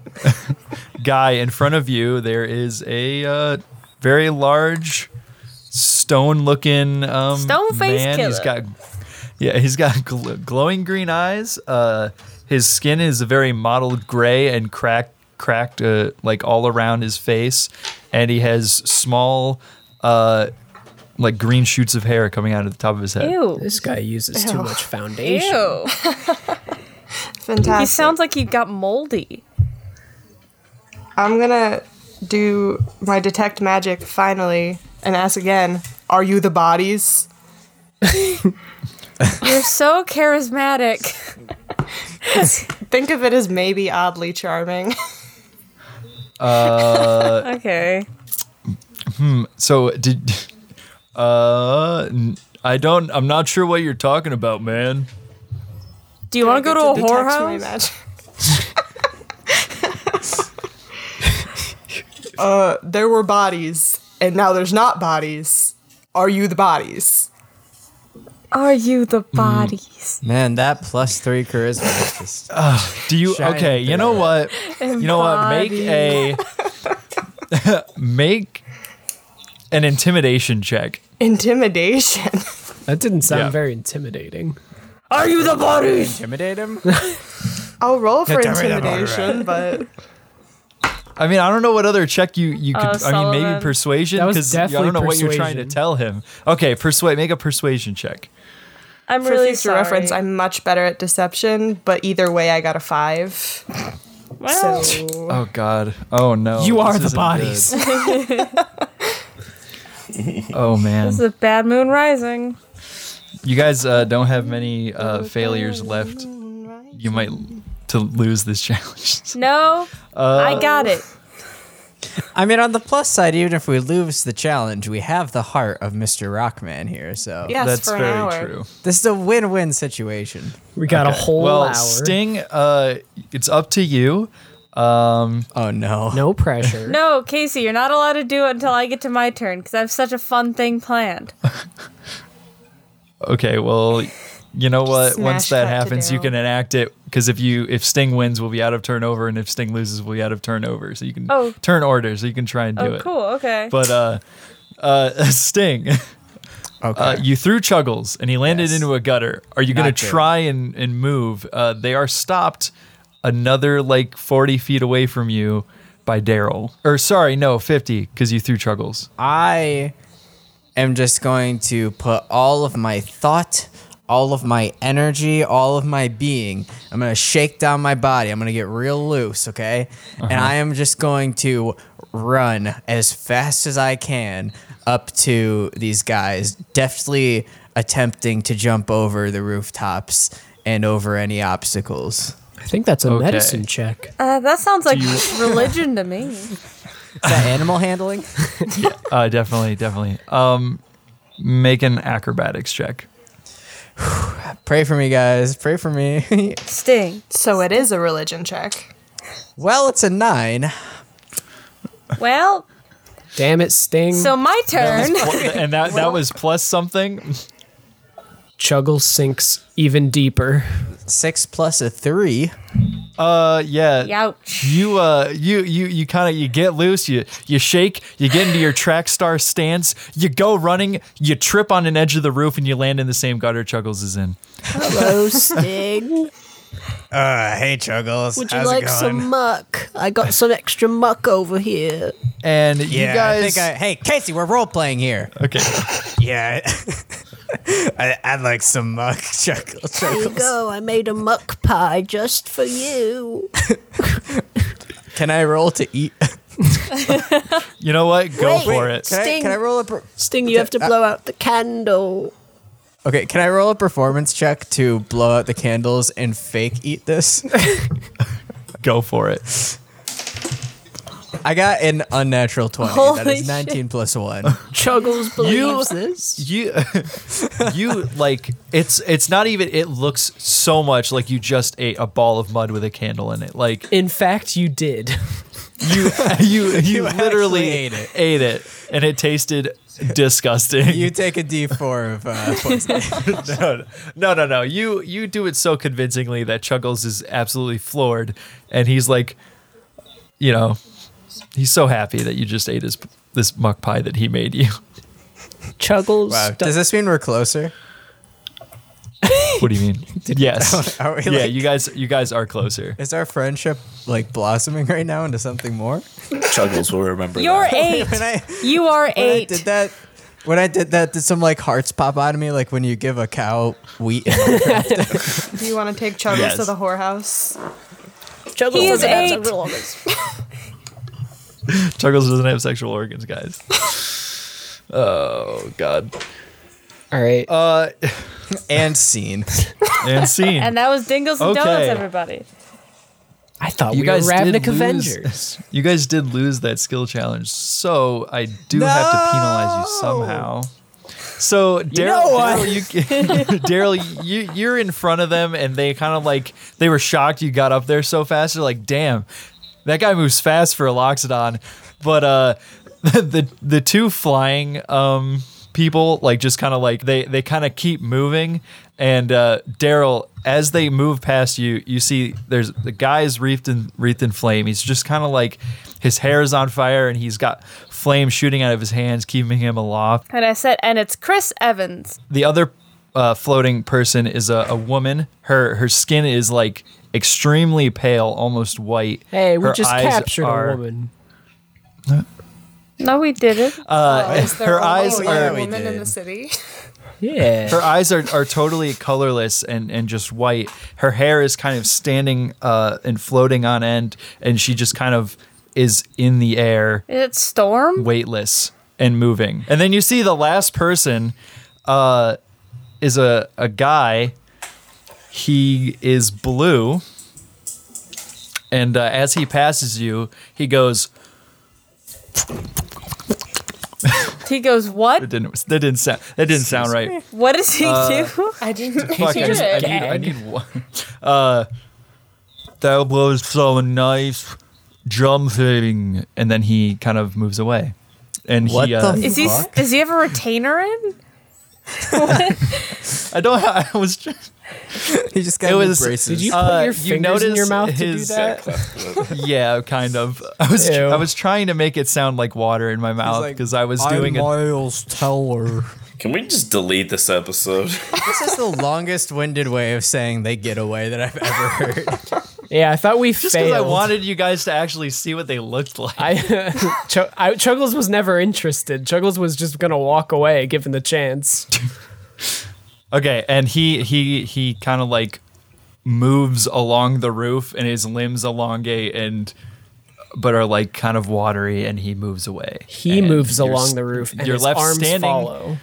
guy in front of you, there is a uh, very large stone-looking um, Stone-faced man. He's killer. got yeah, he's got gl- glowing green eyes. Uh, his skin is a very mottled gray and cracked, cracked uh, like all around his face, and he has small, uh, like green shoots of hair coming out of the top of his head. Ew. This guy uses too Ew. much foundation. Ew. He Fantastic. sounds like he got moldy. I'm gonna do my detect magic finally and ask again, are you the bodies? You're so charismatic. Think of it as maybe oddly charming. Uh, okay. Hmm. So did uh n- I don't I'm not sure what you're talking about, man. Do you want to go to a whorehouse? uh, there were bodies, and now there's not bodies. Are you the bodies? Are you the Mm, bodies? Man, that plus three charisma is just. do you Shining okay, you know what? You know what? Make a make an intimidation check. Intimidation. That didn't sound Yeah. very intimidating. Are you the bodies? Intimidate him? I'll roll for Tell me that already. intimidation, but I mean, I don't know what other check you you could Oh, I mean Sullivan. maybe persuasion That was cuz I definitely don't know what you're trying to persuasion. tell him. Okay, persuade make a persuasion check. I'm for really future sorry. reference, I'm much better at deception. But either way, I got a five. Well. So Oh god. Oh no. You This are the isn't bodies. this good. Oh man. is a bad moon rising. You guys uh, don't have many uh, failures left. You might to lose this challenge. No, Uh, I got it. I mean, on the plus side, even if we lose the challenge, we have the heart of Mr. Rockman here. So Yes, That's for an very hour. true. This is a win-win situation. We got a Okay. whole well, hour. Sting, uh, it's up to you. Um, oh no, no pressure. No, Casey, you're not allowed to do it until I get to my turn because I have such a fun thing planned. Okay, well, you know what? Once smash that cut to happens, you can enact it because if you if Sting wins, we'll be out of turnover, and if Sting loses, we'll be out of turnover. So you can Oh. turn order, so you can try and do Oh, it. cool, okay. But uh, uh, Sting. Uh, you threw Chuggles and he landed into a gutter. Are you going Not to good. try and, and move? Uh, they are stopped another like 40 feet away from you by Daryl. Or sorry, no, 50 because you threw Chuggles. I am just going to put all of my thought, all of my energy, all of my being. I'm going to shake down my body. I'm going to get real loose, okay? And Uh-huh. I am just going to run as fast as I can up to these guys, deftly attempting to jump over the rooftops and over any obstacles. I think that's a Okay. medicine check. Uh, that sounds like religion to me. Is that animal handling? Uh, definitely, definitely. Um, make an acrobatics check. Pray for me, guys. Pray for me. Sting. So it is a religion check. well, it's a nine. Well, Damn it, Sting. so my turn. and that that was plus something. Chuggle sinks even deeper. Six plus a three. Uh, yeah. Youch. You uh, you you you kind of you get loose. You you shake. You get into your track star stance. You go running. You trip on an edge of the roof and you land in the same gutter Chuggles is in. Hello, Sting. Uh, hey, Chuggles. Would you like some muck? I got some extra muck over here. And yeah, I think I, hey, Casey, we're role playing here. Okay. yeah. I, I'd like some muck, chuckle, There you go. I made a muck pie just for you. Can I roll to eat? You know what? Go Wait, for it. Can I- Sting, can I roll a Sting, you have to Uh, blow out the candle. Okay, can I roll a performance check to blow out the candles and fake eat this? Go for it. I got an unnatural 20. that Holy is shit. 19 plus 1. Chuggles believes You- this. You you like it's it's not even it looks so much like you just ate a ball of mud with a candle in it. Like In fact, you did. you you you, You actually literally ate it. ate it and it tasted disgusting. You take a d4 of uh, poison. no, no, no, no. You you do it so convincingly that Chuggles is absolutely floored, and he's like, you know, he's so happy that you just ate his this muck pie that he made you. Chuggles. Wow. Does this mean we're closer? What do you mean? yes. Are we yeah, like- you guys you guys are closer. Is our friendship like blossoming right now into something more? Chuggles will remember. You're that. eight. When I- you are when I eight. did that, when I did that, did some like hearts pop out of me? Like when you give a cow wheat. and- Do you want to take Chuggles Yes. to the whorehouse? Chuggles He is doesn't have eight. several organs. Chuggles doesn't have sexual organs, guys. oh God. All right. Uh, and scene. And scene. And that was Dingles and Donuts, Okay. everybody. I thought you we guys were did Ravnik lose- Avengers. You guys did lose that skill challenge, so I do have to penalize you somehow. So Daryl, know what? Daryl, you, Daryl, you, you're in front of them, and they kind of like they were shocked you got up there so fast. They're like, "Damn, that guy moves fast for a Loxodon." But uh, the the two flying um people like just kind of like they they kind of keep moving, and uh, Daryl, as they move past you, you see there's the guy's wreathed in wreathed in flame. He's just kind of like his hair is on fire, and he's got flame shooting out of his hands, keeping him aloft And I said, and it's Chris Evans. the other uh, floating person is a, a woman. Her her skin is like extremely pale, almost white. Hey, we Her just eyes captured are- a woman. No, we didn't. Uh, her eyes are women in the city. Yeah. Her eyes are, are totally colorless and, and just white. Her hair is kind of standing uh, and floating on end, and she just kind of is in the air. Is it Storm? weightless and moving. And then you see the last person, uh, is a, a guy. He is blue. And uh, as he passes you, he goes, He goes, "What? That didn't, that didn't sound, that didn't sound right. What does he Uh, do? I didn't. Fuck, I, just, I, need, I need one. Uh, that was so nice. Jumping. And then he kind of moves away. And What he, uh, Is he s- does he have a retainer in? I don't. I was just. He just got it new was, braces. Did you put uh, you your fingers in notice your mouth to do his, that? yeah, kind of. I was. I was trying to make it sound like water in my mouth because I was doing it. Miles Teller. Can we just delete this episode? this is the longest winded way of saying they get away that I've ever heard. Yeah, I thought we Just because failed. I wanted you guys to actually see what they looked like. I, Chug- I Chuggles was never interested. Chuggles was just gonna walk away given the chance. Okay, and he he he kind of like moves along the roof, and his limbs elongate and but are like kind of watery, and he moves away. He And moves you're s- along the roof, and you're his left arms standing. follow.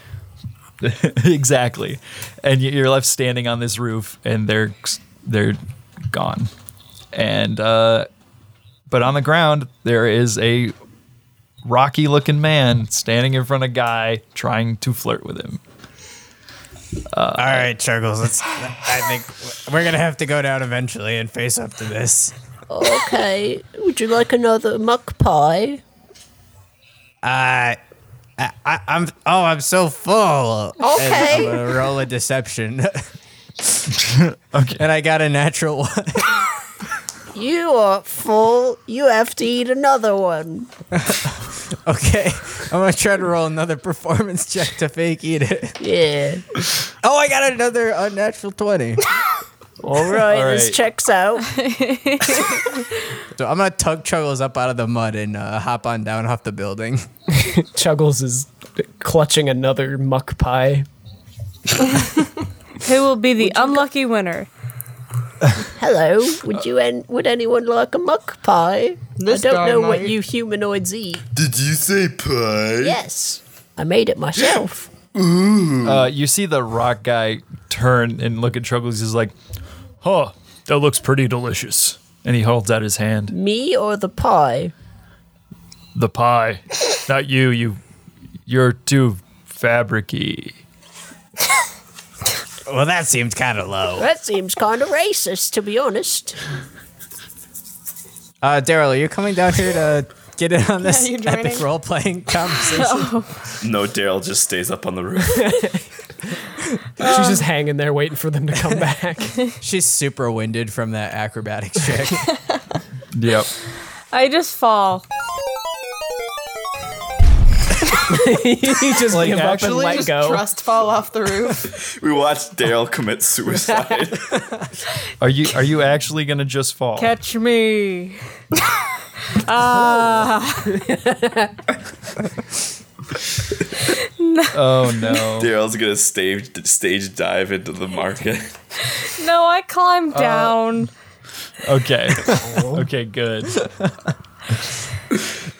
exactly, and you- you're left standing on this roof, and they're they're gone, and uh, but on the ground there is a rocky looking man standing in front of a guy trying to flirt with him. Uh, All right, Chuggles. Let's. I think we're gonna have to go down eventually and face up to this. Okay. Would you like another muck pie? Uh, I, I, I- I'm. Oh, I'm so full. And Okay. I'm gonna roll a deception. okay. And I got a natural one. You are full. You have to eat another one. okay. I'm gonna try to roll another performance check to fake eat it. Yeah. Oh, I got another unnatural twenty. All right, this checks out. So I'm gonna tug Chuggles up out of the mud and uh, hop on down off the building. Chuggles is clutching another muck pie. Who will be the unlucky winner? Hello. Would you and would anyone like a muck pie? This I don't know what dynamite. you humanoids eat. Did you say pie? Yes. I made it myself. Uh, you see the rock guy turn and look at Chuggles. He's like, "Huh, that looks pretty delicious." And he holds out his hand. Me or the pie? The pie, not you. You, you're too fabricy. well, that seems kind of Oh. low. That seems kind of racist, to be honest. Uh, Daryl, are you coming down here to get in on this Yeah, Oh. you epic joining? role playing conversation? No, Daryl just stays up on the roof. Um, She's just hanging there waiting for them to come back. She's super winded from that acrobatics check. yep. I just fall. you just Like, give up and actually, let just go. Trust fall off the roof. we watched Daryl commit suicide. Are you are you actually gonna just fall? Catch me. Ah. Oh no. Daryl's gonna stage stage dive into the market. no, I climbed Uh, down. Okay. okay. Good. All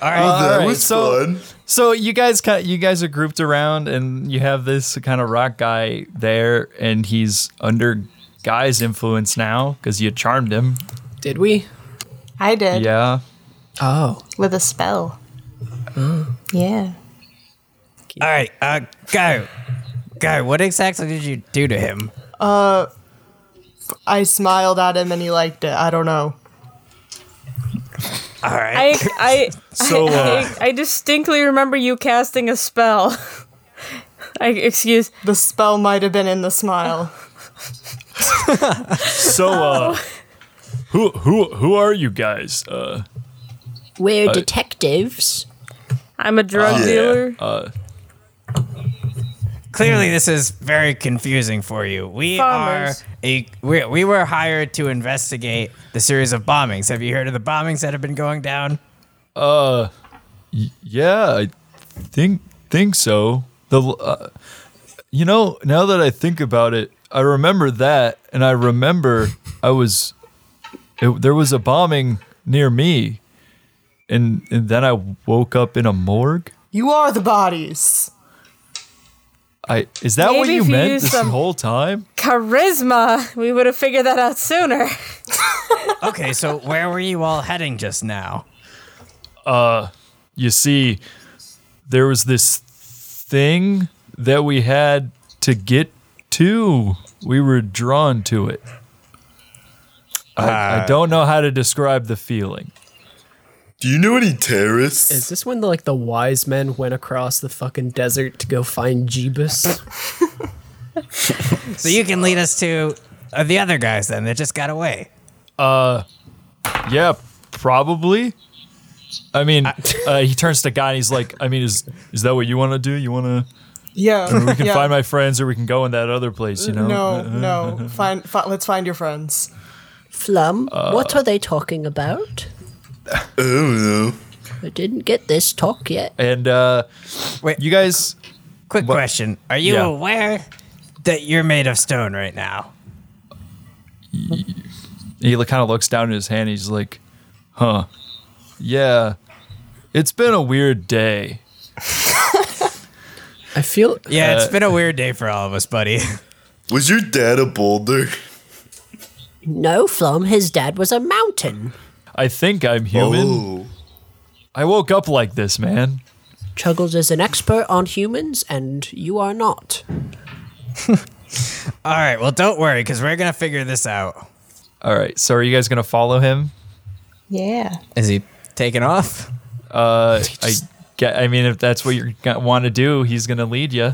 right, Well, that was so, fun. So you guys kind you guys are grouped around, and you have this kind of rock guy there, and he's under Guy's influence now because you charmed him. Did we? I did. Yeah. Oh. With a spell. Yeah. All right, uh, go. Go. What exactly did you do to him? Uh, I smiled at him and he liked it. I don't know. All right. I I, So, I, uh, I I distinctly remember you casting a spell. I excuse. The spell might have been in the smile. So, uh, who who who are you guys? Uh, We're Uh, detectives. I'm a drug Yeah. dealer. Uh, Clearly, this is very confusing for you. We Farmers. are a we, we were hired to investigate the series of bombings. Have you heard of the bombings that have been going down? Uh, y- yeah, I think think so. The l- uh, you know, now that I think about it, I remember that, and I remember I was it, there was a bombing near me, and and then I woke up in a morgue. You are the bodies. I is that what Maybe you if you meant use this some- whole time? Charisma. We would have figured that out sooner. okay, so where were you all heading just now? Uh, you see, there was this thing that we had to get to. We were drawn to it. I, I Ah. don't know how to describe the feeling. Do you know any terrorists? Is this when the, like the wise men went across the fucking desert to go find Jeebus? So you can lead us to uh, the other guys then that just got away. Uh, yeah, probably. I mean, uh, he turns to God. And he's like, I mean, is is that what you want to do? You want to? Yeah, we can Uh, yeah. find my friends, or we can go in that other place. You know? Uh-huh. No, no. Find, fi- let's find your friends. Flum, Uh, what are they talking about? I don't know. I didn't get this talk yet. And uh, wait, you guys. Quick question: Are you Yeah. aware that you're made of stone right now? He kind of looks down at his hand. He's like, "Huh? Yeah, it's been a weird day." I feel. Yeah, it's Uh, been a weird day for all of us, buddy. Was your dad a boulder? No, Flum, his dad was a mountain. I think I'm human. I woke up like this, man. Chuggles is an expert on humans, and you are not. All right, well, don't worry because we're gonna figure this out. All right, so are you guys gonna follow him? Yeah. Is he taking off? Uh, I, ge- I mean, if that's what you want to do, he's gonna lead you.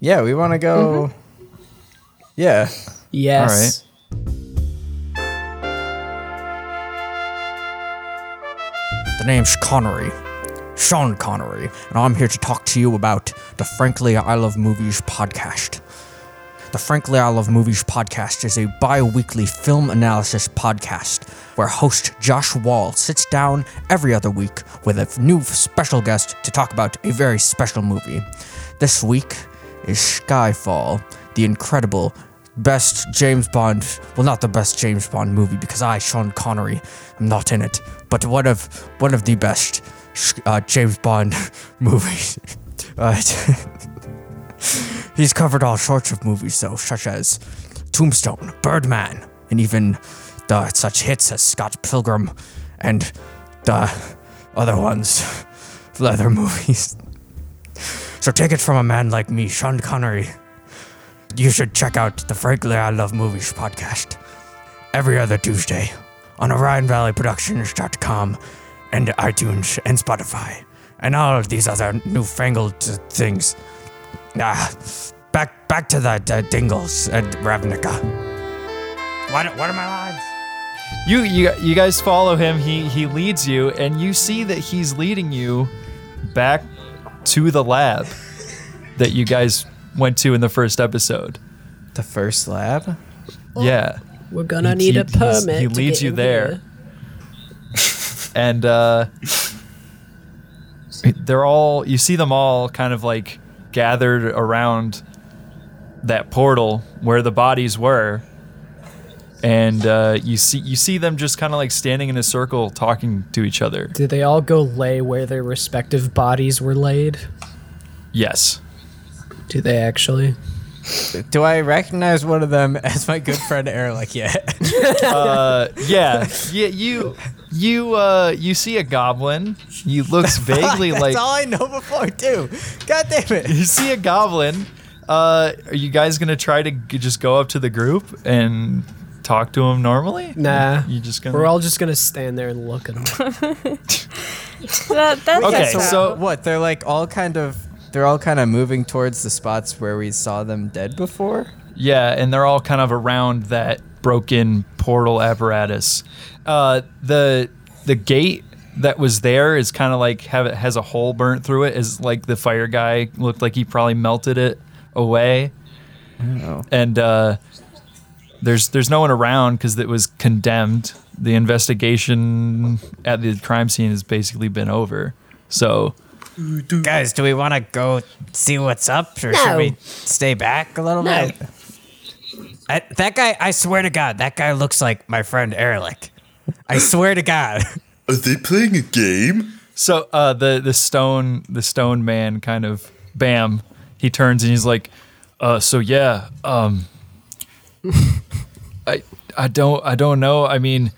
Yeah, we want to go. Yeah. Yes. The name's Connery. Sean Connery, and I'm here to talk to you about the Frankly I Love Movies podcast. The Frankly I Love Movies podcast is a bi weekly film analysis podcast where host Josh Wall sits down every other week with a f- new special guest to talk about a very special movie. This week is Skyfall, the incredible best James Bond, well, not the best James Bond movie because I, Sean Connery, am not in it, but one of one of the best uh, James Bond movies. Uh, he's covered all sorts of movies though, such as Tombstone, Birdman, and even the such hits as Scott Pilgrim and the other ones, the other movies. So take it from a man like me, Sean Connery. You should check out the Frankly I Love Movies podcast every other Tuesday on OrionValleyProductions.com and iTunes and Spotify and all of these other newfangled uh, things. Ah, back back to the, the Dingles and Ravnica. What, what am I lives? You, you you guys follow him. He he leads you, and you see that he's leading you back to the lab that you guys went to in the first episode. The first lab. Yeah. We're gonna need a he's- permit He to leads get you in there. and uh, they're all, you see them all kind of like gathered around that portal where the bodies were. And uh, you see, you see them just kind of like standing in a circle, talking to each other. Did they all go lay where their respective bodies were laid? Yes. Do they actually? Do I recognize one of them as my good friend Erlich yet? uh, yeah, yeah. You, you, uh, you see a goblin. He looks vaguely That's like all I know before too. God damn it! you see a goblin. Uh, are you guys gonna try to g- just go up to the group and talk to him normally? Nah. you just gonna. We're all just gonna stand there and look at them. that, that's Okay, just- so- what? They're like all kind of they're all kind of moving towards the spots where we saw them dead before. Yeah, and they're all kind of around that broken portal apparatus. Uh, the the gate that was there is kind of like have it has a hole burnt through it. Is like the fire guy looked like he probably melted it away. And uh, there's there's no one around because it was condemned. The investigation at the crime scene has basically been over. So Guys, do we want to go see what's up, or No. should we stay back a little No. bit? I, that guy, I swear to God, that guy looks like my friend Erlich. I swear to God. Are they playing a game? So uh, the the stone the stone man kind of bam. he turns and he's like, uh, so yeah, um, I I don't I don't know. I mean,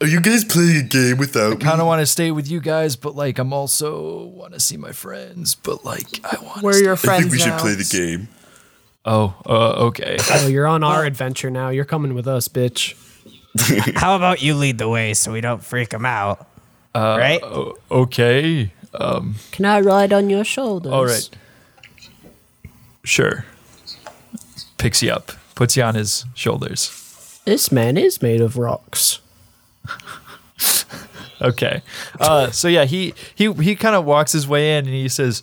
are you guys playing a game without? I kind of want to stay with you guys, but like I'm also want to see my friends, but like I want. We're your I think friends we should now. play the game. Oh, uh, okay. Oh, you're on our adventure now. You're coming with us, bitch. How about you lead the way so we don't freak him out? Uh, right? Okay. Um, Can I ride on your shoulders? All right. sure. Picks you up, puts you on his shoulders. This man is made of rocks. Okay. Uh, so yeah, he he he kind of walks his way in and he says,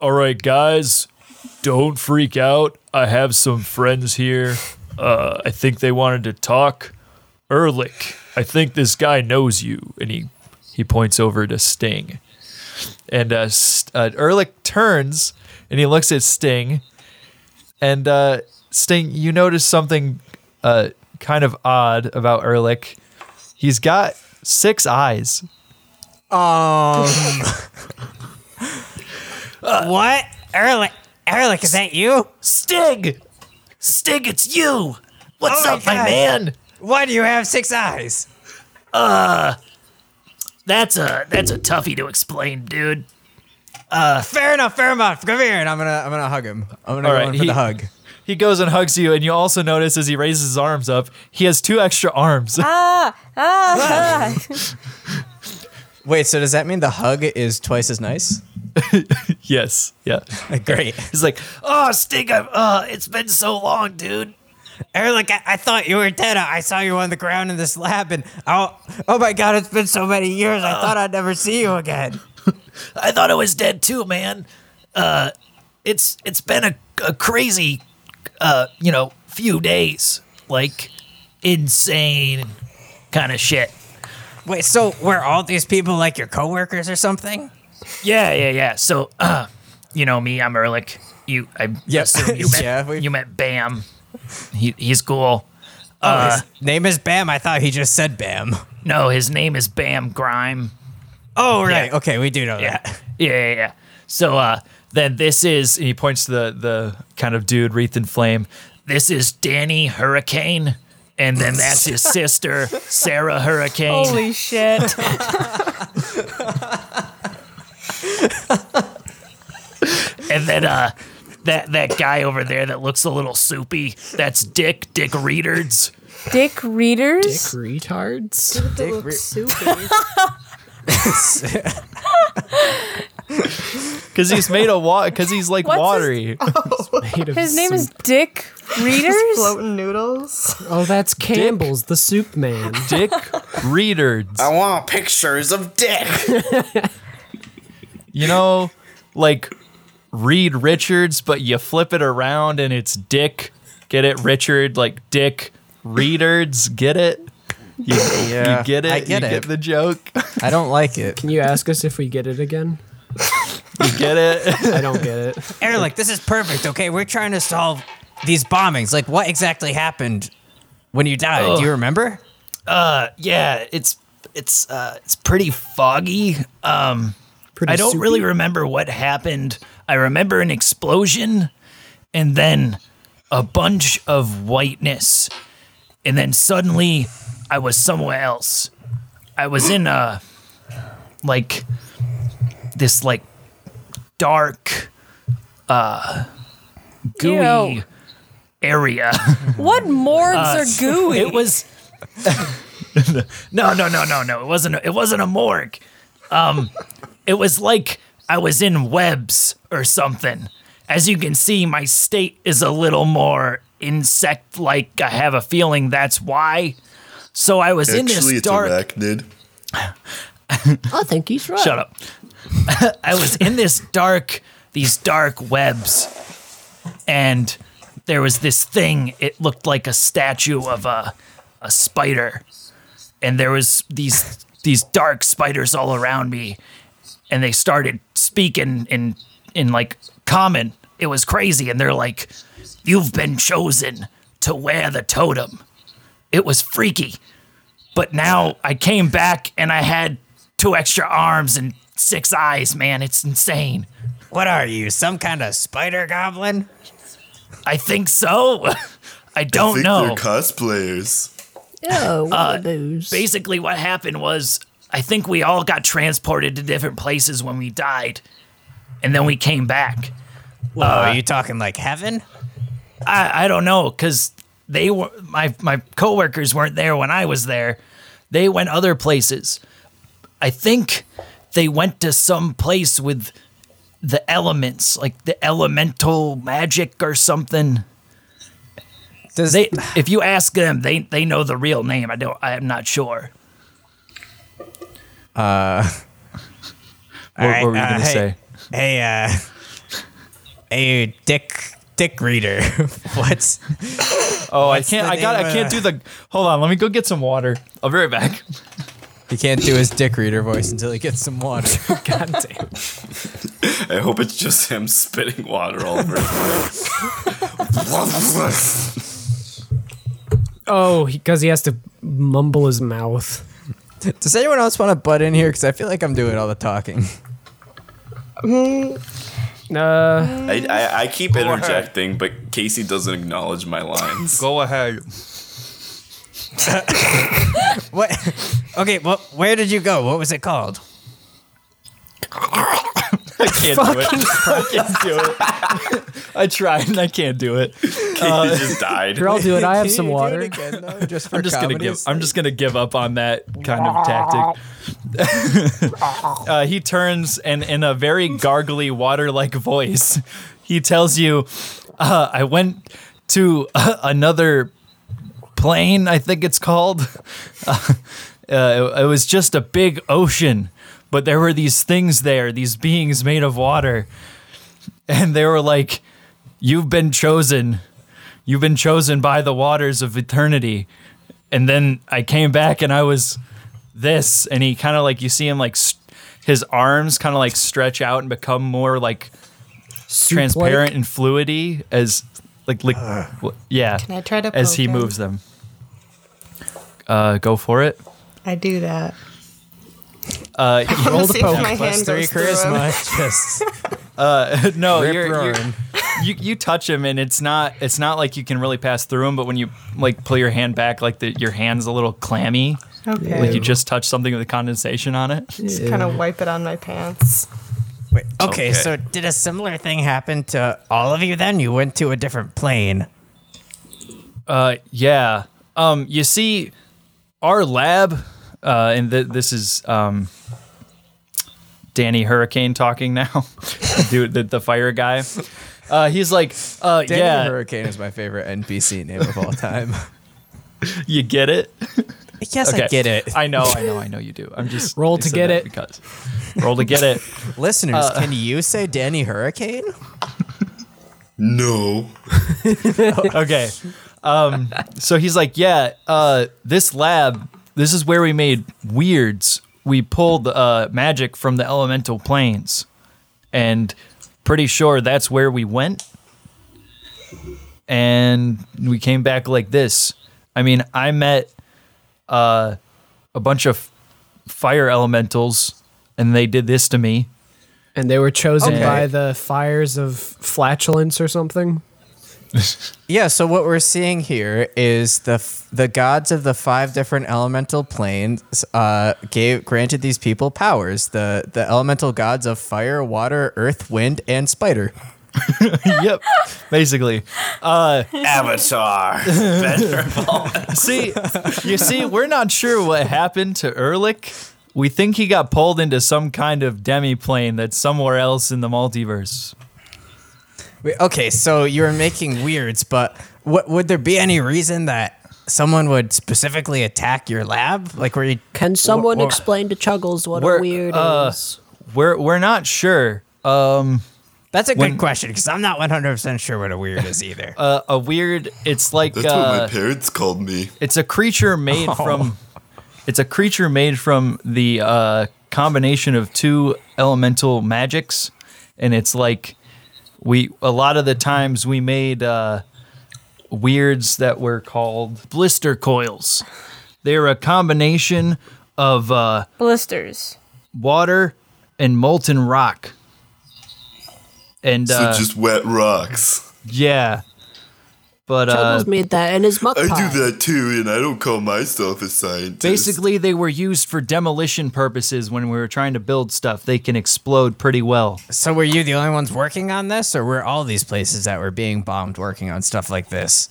"All right, guys, don't freak out. I have some friends here. Uh, I think they wanted to talk. Erlich, I think this guy knows you." And he he points over to Sting, and uh, S- uh, Erlich turns and he looks at Sting, and uh, Sting, you notice something uh, kind of odd about Erlich. He's got six eyes. Um. what? Erlich, Erlich, is that you? Stig! Stig, it's you! What's up, my God. man? Oh, Why do you have six eyes? Uh That's a that's a toughie to explain, dude. Uh fair enough, fair enough. Come here and I'm gonna I'm gonna hug him. I'm gonna All go right, in for he- the hug. He goes and hugs you, and you also notice as he raises his arms up, he has two extra arms. Ah, ah, Wait, so does that mean the hug is twice as nice? yes. Yeah. Great. He's like, Oh Stig, I've, uh it's been so long, dude. Erlich, I, I thought you were dead. I I saw you on the ground in this lab, and oh, oh my God, it's been so many years. I thought I'd never see you again. I thought I was dead too, man. Uh it's it's been a, a crazy uh, you know, few days. Like insane kind of shit. Wait, so were all these people like your coworkers or something? Yeah, yeah, yeah. So, uh, you know me, I'm Ehrlich. You, I assume you met, you met Bam. He, he's cool. Uh, Oh, his name is Bam. I thought he just said Bam. No, his name is Bam Grime. Oh, right. Okay, we do know yeah. that. Yeah, yeah, yeah. So uh, then this is and he points to the the kind of dude wreathed in flame. this is Danny Hurricane, and then that's his sister Sarah Hurricane. holy shit. And then uh, that that guy over there that looks a little soupy, that's Dick Dick Readards. Dick readers? retards. Dick re- Because he's made of water. Because he's like What's his- watery. His name is Dick Readers? Floating noodles. Oh, that's Campbell's, the soup man. Dick Reader. I want pictures of dick. You know, like Reed Richards, but you flip it around and it's Dick. Get it, Richard? Like Dick Readards. Get it? You, Yeah, you get it. I get you it. get the joke. I don't like it. Can you ask us if we get it again? You get it. I don't get it. Erlich, this is perfect. Okay, we're trying to solve these bombings. Like, what exactly happened when you died? Do Ugh. you remember? Uh, yeah, it's it's uh, it's pretty foggy. Um, Pretty I don't soupy. really remember what happened. I remember an explosion, and then a bunch of whiteness, and then suddenly I was somewhere else. I was in a like this like dark, uh, gooey Ew. area. What morgues Uh, are gooey? It was no, no, no, no, no. It wasn't. It wasn't a morgue. Um, it was like I was in webs or something. As you can see, my state is a little more insect-like. I have a feeling that's why. So I was Actually, in this it's dark. arachnid. I think he's right. Shut up. I was in this dark, these dark webs, and there was this thing. It looked like a statue of a, a spider, and there was these these dark spiders all around me, and they started speaking in in like common. It was crazy, and they're like, "You've been chosen to wear the totem." It was freaky but now I came back and I had two extra arms and six eyes, man. It's insane. What are you? Some kind of spider goblin? I think so. I don't think know. They're cosplayers. Oh, Uh, basically, what happened was I think we all got transported to different places when we died, and then we came back. Uh, Whoa, are you talking like heaven? I, I don't know because they were my my coworkers weren't there when I was there. They went other places. I think they went to some place with the elements, like the elemental magic or something. Does they? If you ask them, they they know the real name. I don't. I am not sure. Uh, What- what were you gonna hey, say? Hey, uh, hey, Dick, Dick Reader. What's? Oh, I What's can't. the I got. name I of can't do that? the. Hold on. Let me go get some water. I'll be right back. He can't do his Dick Reader voice until he gets some water. God damn. I hope it's just him spitting water all over. his- Oh, because he, has to mumble his mouth. Does anyone else want to butt in here? Because I feel like I'm doing all the talking. Mm. Uh, I, I, I keep Go ahead. interjecting, but Casey doesn't acknowledge my lines. Go ahead. what? Okay, well, where did you go? What was it called? I can't do it. I can't do it. I tried and I can't do it. Uh, just died. Here, I'll do it. I have some water. just I'm just gonna give. I'm just gonna give up on that kind of tactic. uh, he turns and in a very gargly, water-like voice, he tells you, uh, "I went to uh, another plane. I think it's called. Uh, uh, it, it was just a big ocean, but there were these things there, these beings made of water, and they were like." you've been chosen. You've been chosen by the waters of eternity. And then I came back and I was this. And he kind of like, you see him like st- his arms kind of like stretch out and become more like transparent and fluidy as like, like, w- yeah. Can I try to As poke he him? moves them. Uh, go for it. I do that. Uh, I wanna Roll to see if poke. my Plus hand three goes through charisma. uh, no, Rip you're, you're- roaring. you you touch him, and it's not it's not like you can really pass through him. But when you like pull your hand back, like the, your hand's a little clammy, Okay. like you just touched something with condensation on it. Just kind of wipe it on my pants. Wait, okay, so did a similar thing happen to all of you then? You went to a different plane. Uh, yeah. Um, you see, our lab, uh, and th- this is um, Danny Hurricane talking now, dude, the, the fire guy. Uh, he's like, uh, Danny yeah, Hurricane is my favorite NPC name of all time. you get it. Yes, I get it. I know, I know, I know you do. I'm just I Roll to said get that it. because roll to get it. Listeners, Uh, can you say Danny Hurricane? No. okay. Um, so he's like, yeah, uh, this lab, this is where we made weirds. We pulled uh, magic from the elemental planes, and pretty sure that's where we went. And we came back like this. I mean, I met uh, a bunch of fire elementals, and they did this to me. And they were chosen Okay. by the fires of flatulence or something. Yeah, so what we're seeing here is the f- the gods of the five different elemental planes uh, gave granted these people powers. The the elemental gods of fire, water, earth, wind, and spider. yep, basically. Uh, Avatar. see, you see, we're not sure what happened to Ehrlich. We think he got pulled into some kind of demi plane that's somewhere else in the multiverse. Wait, okay, so you were making weirds, but what would there be any reason that someone would specifically attack your lab? Like, were you? Can someone wha- explain to Chuggles what a weird uh, is? We're we're not sure. Um, That's a good when- question because I'm not 100 percent sure what a weird is either. Uh, a weird. It's like That's uh, what my parents called me. It's a creature made Oh. from. It's a creature made from the uh, combination of two elemental magics, and it's like we a lot of the times we made uh, weirds that were called blister coils. They're a combination of uh, Blisters. water and molten rock. and So uh, just wet rocks. yeah. But uh, Chubble's made that in his mug I pie. do that too, and I don't call myself a scientist. basically, they were used for demolition purposes when we were trying to build stuff. They can explode pretty well. So were you the only ones working on this, or were all these places that were being bombed working on stuff like this?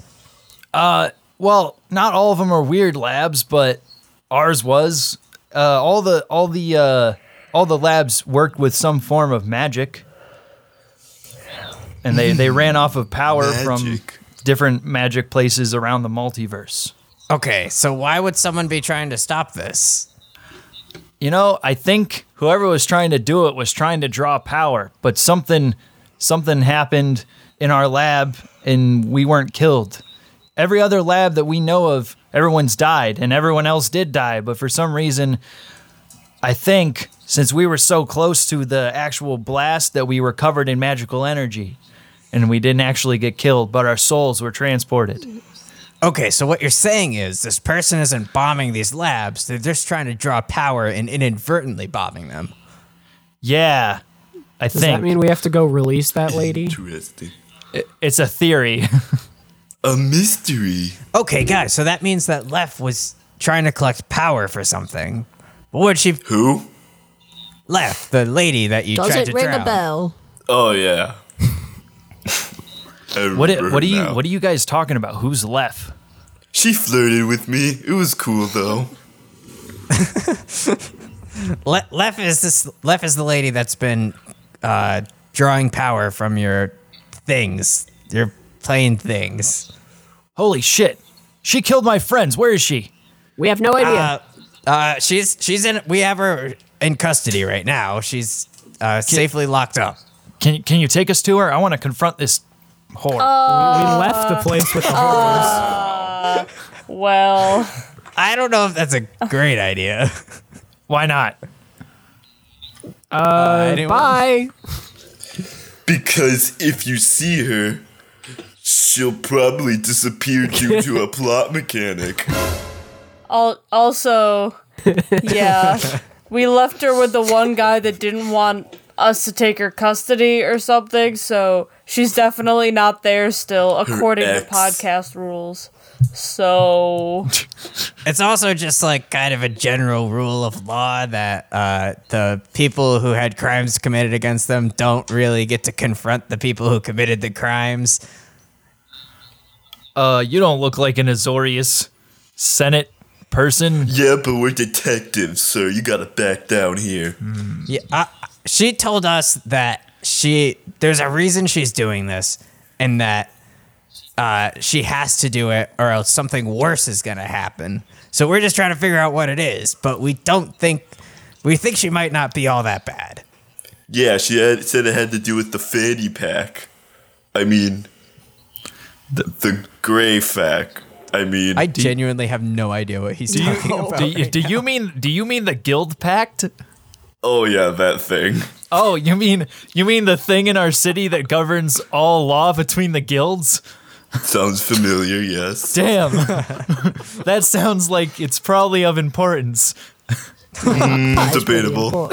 Uh, well, not all of them are weird labs, but ours was. Uh, all the all the uh, all the labs worked with some form of magic, and they they ran off of power from different magic places around the multiverse. Okay, so why would someone be trying to stop this? You know, I think whoever was trying to do it was trying to draw power, but something something happened in our lab and we weren't killed. Every other lab that we know of, everyone's died and everyone else did die, but for some reason I think since we were so close to the actual blast that we were covered in magical energy and we didn't actually get killed, but our souls were transported. Okay, so what you're saying is this person isn't bombing these labs, they're just trying to draw power and inadvertently bombing them. Yeah, I Does that mean we have to go release that lady? It's a theory. a mystery. Okay, guys, so that means that Left was trying to collect power for something. But what'd she. Who? Left, the lady that you Does tried it to ring drown. a bell? Oh yeah. I What what remember her are you now. what are you guys talking about? Who's left? She flirted with me. It was cool though. Le- Lef is this Lef is the lady that's been uh, drawing power from your things, your plain things. Holy shit! She killed my friends. Where is she? We have no idea. Uh, uh, she's she's in. We have her in custody right now. She's uh, safely locked up. Can can you take us to her? I want to confront this Uh, whore. we, we left the place with the Well, I don't know if that's a great idea. Why not? Uh, anyone? bye. Because if you see her, she'll probably disappear due to a plot mechanic. al- also, yeah, we left her with the one guy that didn't want us to take her custody or something, so she's definitely not there still, according to ex. podcast rules. So, It's also just like kind of a general rule of law that uh, the people who had crimes committed against them don't really get to confront the people who committed the crimes. Uh, you don't look like an Azorius Senate person. Yeah, but we're detectives, sir. You gotta back down here. Yeah, I, she told us that she there's a reason she's doing this, and that uh, she has to do it, or else something worse is gonna happen. So we're just trying to figure out what it is, but we don't think we think she might not be all that bad. Yeah, she had, said it had to do with the fanny pack. I mean, the, the gray fact. I mean, I genuinely have no idea what he's Do you talking about. do, you, do you mean do you mean the guild pact? Oh yeah, that thing. Oh, you mean you mean the thing in our city that governs all law between the guilds? Sounds familiar, yes. Damn. that sounds like it's probably of importance. Mm, debatable.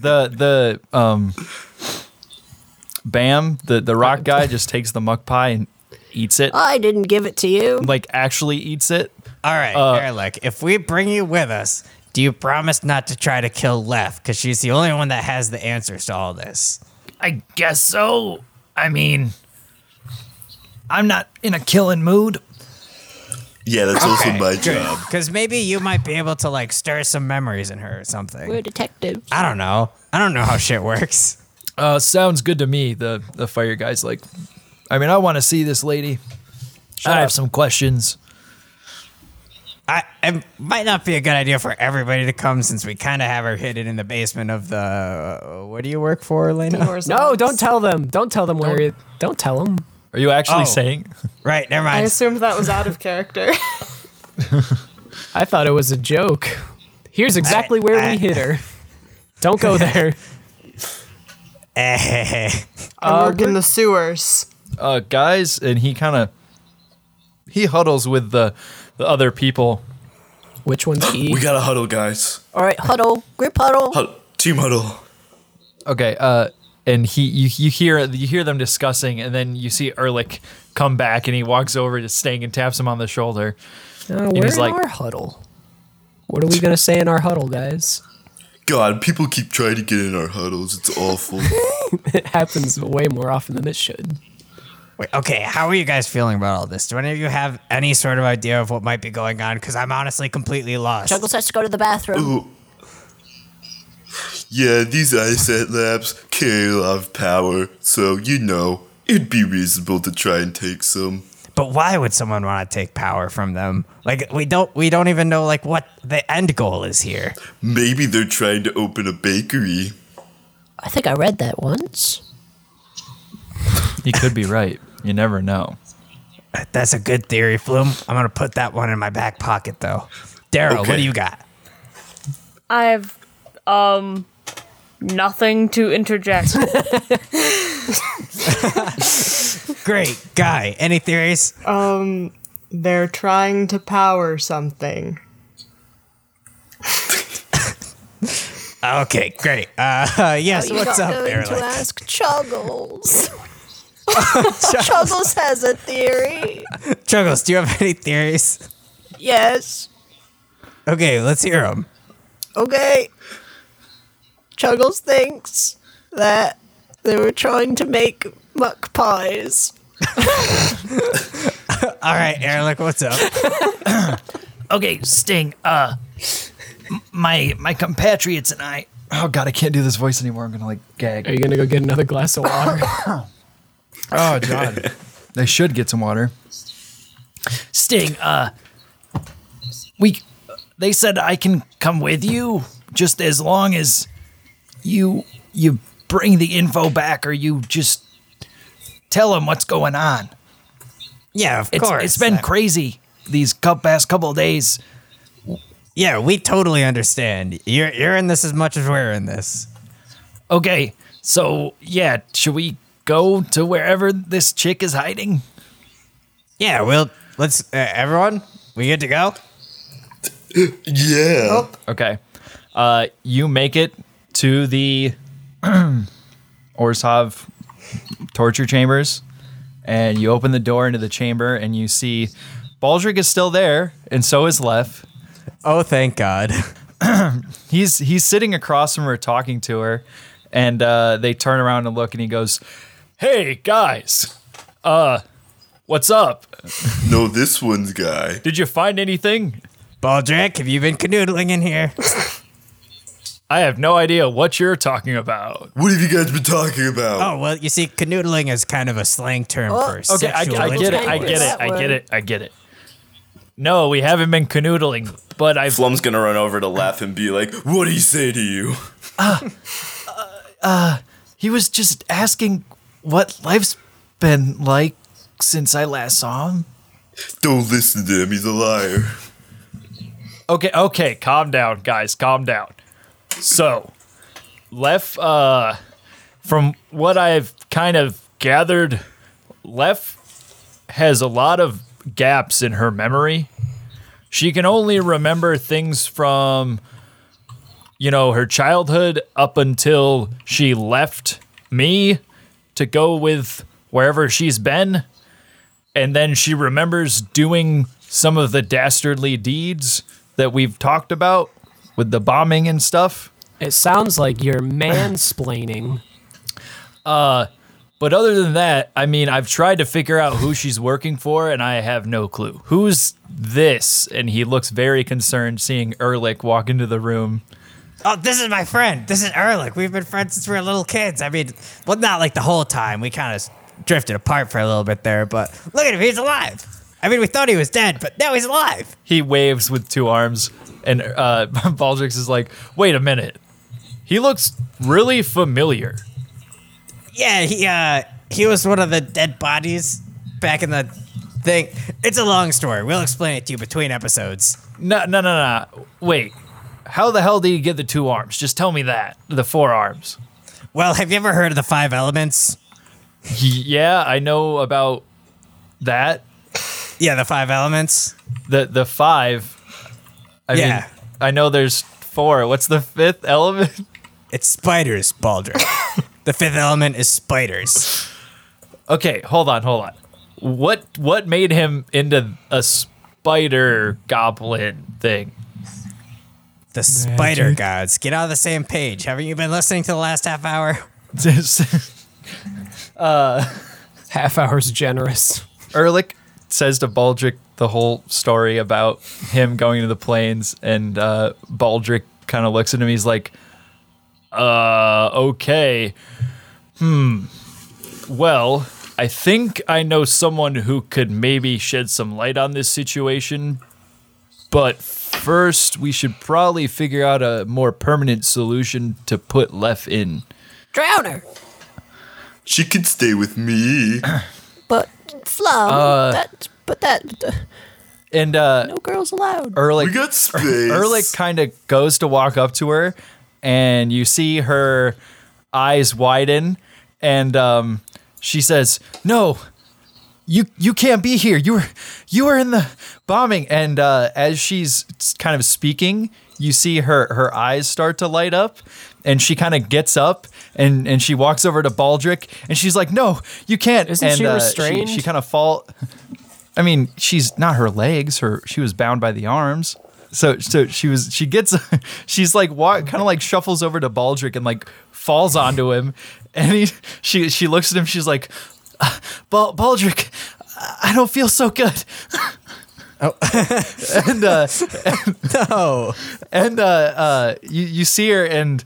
the the um Bam, the the rock guy just takes the muck pie and eats it. I didn't give it to you. Like actually eats it. All right, Erlich, if we bring you with us, do you promise not to try to kill Left? Because she's the only one that has the answers to all this. I guess so. I mean, I'm not in a killing mood. Yeah, that's also my job. Because maybe you might be able to like stir some memories in her or something. We're detectives. I don't know. I don't know how shit works. Uh sounds good to me. The the fire guy's like I mean, I want to see this lady. I have some questions. I it might not be a good idea for everybody to come since we kind of have her hidden in the basement of the. what do you work for, Elena? No, don't tell them. Don't tell them, Larry. Don't tell them. Are you actually Oh. saying? Right, never I mind. assumed that was out of character. I thought it was a joke. Here's exactly where we hit her. Don't go there. I work in Uh, the sewers. uh, guys, and he kind of he huddles with the the other people. Which one's E? he? We gotta huddle, guys. All right, huddle, grip huddle. Huddle, Team huddle. Okay, uh, and he you, you hear you hear them discussing, and then you see Erlich come back, and he walks over to Sting and taps him on the shoulder. Uh, and we're in our huddle. What are we gonna say in our huddle, guys? God, people keep trying to get in our huddles. It's awful. it happens way more often than it should. Wait, okay, how are you guys feeling about all this? Do any of you have any sort of idea of what might be going on? Because I'm honestly completely lost. Chuckles has to go to the bathroom. Ooh. Yeah, these ISAT labs carry a lot of power, so you know, it'd be reasonable to try and take some. But why would someone want to take power from them? Like we don't we don't even know like what the end goal is here. Maybe they're trying to open a bakery. I think I read that once. He could be right. You never know. That's a good theory, Flume. I'm gonna put that one in my back pocket though. Daryl, what Okay. do you got? I've um nothing to interject. Great guy. Any theories? Um, they're trying to power something. Okay, great. Uh, yes, Are Oh, you what's not up, going to Erlich? ask Chuggles. Chuggles has a theory. Chuggles, do you have any theories? Yes. Okay, let's hear them. Okay. Chuggles thinks that they were trying to make muck pies. All right, Erlich, what's up? okay, Sting. Uh, m- my my compatriots and I. Oh god, I can't do this voice anymore. I'm gonna like gag. Are you gonna go get another glass of water? Oh god, they should get some water. Sting. Uh, we. They said I can come with you, just as long as you you bring the info back, or you just tell them what's going on. Yeah, of It's- course. Uh, It's been crazy these cou- past couple of days. Yeah, we totally understand. You're you're in this as much as we're in this. Okay, so Oh, yeah, should we go to wherever this chick is hiding? Yeah, we'll let's uh, everyone. We good to go? Yeah. Oh. Okay. Uh, you make it to the Orzhov torture chambers, and you open the door into the chamber, and you see Baldric is still there, and so is Lef. Oh, thank God. he's he's sitting across from her, talking to her, and uh, they turn around and look, and he goes, "Hey guys, uh, what's up? No, this one's guy. Did you find anything?" Baldric, have you been canoodling in here? I have no idea what you're talking about. What have you guys been talking about? Oh well, you see, canoodling is kind of a slang term for Okay, I, I sexual get it. I get it. I get it. I get it. Oh, No, we haven't been canoodling, but I. Flum's gonna run over to Lef and be like, "What do you say to you?" Ah, Uh, he was just asking what life's been like since I last saw him. Don't listen to him. He's a liar. Okay, okay, calm down, guys, calm down. So, Lef, uh, from what I've kind of gathered, Lef has a lot of gaps in her memory. She can only remember things from, you know, her childhood up until she left me to go with wherever she's been and then she remembers doing some of the dastardly deeds that we've talked about with the bombing and stuff. It sounds like you're mansplaining. Uh, but other than that, I mean, I've tried to figure out who she's working for, and I have no clue. Who's this? And he looks very concerned seeing Erlich walk into the room. Oh, this is my friend. This is Erlich. We've been friends since we were little kids. I mean, well, not like the whole time. We kind of drifted apart for a little bit there, but look at him. He's alive. I mean, we thought he was dead, but now he's alive. He waves with two arms, and uh, Baldrix is like, "Wait a minute, he looks really familiar." Yeah, he uh, he was one of the dead bodies back in the thing. It's a long story. We'll explain it to you between episodes. No, no, no, no. Wait. How the hell did he get the two arms? Just tell me that. The four arms. Well, have you ever heard of the five elements? Yeah, I know about that. Yeah, the five elements. The the five. I Yeah. mean, I know there's four. What's the fifth element? It's spiders, Baldrick. the fifth element is spiders. Okay, hold on, hold on. What what made him into a spider goblin thing? The spider gods. Get on the same page. Haven't you been listening to the last half hour? uh, half hour's generous. Erlich says to Baldric the whole story about him going to the plains, and uh, Baldric kind of looks at him. He's like, uh, okay. Hmm. Well, I think I know someone who could maybe shed some light on this situation, but first we should probably figure out a more permanent solution to put Lef in. Drowner. She could stay with me. But Flum, Uh, that, but that, And uh, no girls allowed. Erlich, Erlich kind of goes to walk up to her, and you see her eyes widen, and um, she says, "No, you you can't be here. You were you were in the bombing." And uh, as she's kind of speaking, you see her her eyes start to light up, and she kind of gets up. And, and she walks over to Baldric and she's like, No, you can't. Isn't and, she uh, restrained? she, she kind of fall. I mean, she's not her legs. Her she was bound by the arms. So so she was she gets she's like walk kind of like shuffles over to Baldric and like falls onto him, and he she she looks at him. She's like, "Uh, Bal- Baldric, I don't feel so good. Oh. and uh and, no. And uh uh you, you see her and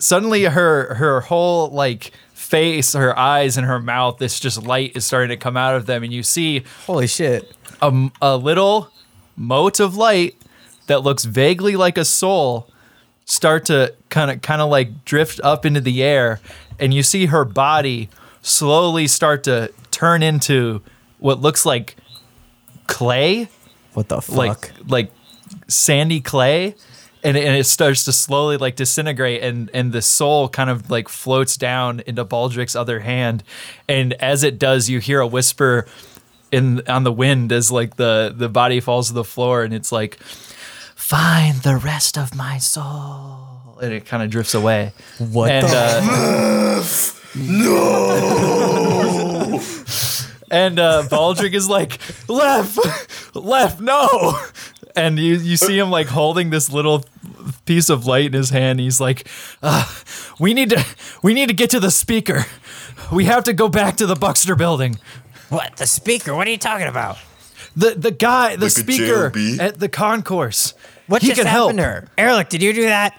suddenly her her whole like face, her eyes and her mouth, this just light is starting to come out of them and you see Holy shit. A, a little mote of light that looks vaguely like a soul start to kind of kind of like drift up into the air and you see her body slowly start to turn into what looks like clay What the fuck? like like sandy clay and, and it starts to slowly like disintegrate and and the soul kind of like floats down into Baldric's other hand and as it does you hear a whisper in on the wind as like the the body falls to the floor and it's like Find the rest of my soul. and it kind of drifts away uh, what the- no and uh Baldric is like left left no and you you see him like holding this little piece of light in his hand he's like uh, we need to we need to get to the speaker we have to go back to the Buxter building What? The speaker? What are you talking about? the the guy the Like a speaker JLB? at the concourse What he just can help happened to her? Erlich, did you do that?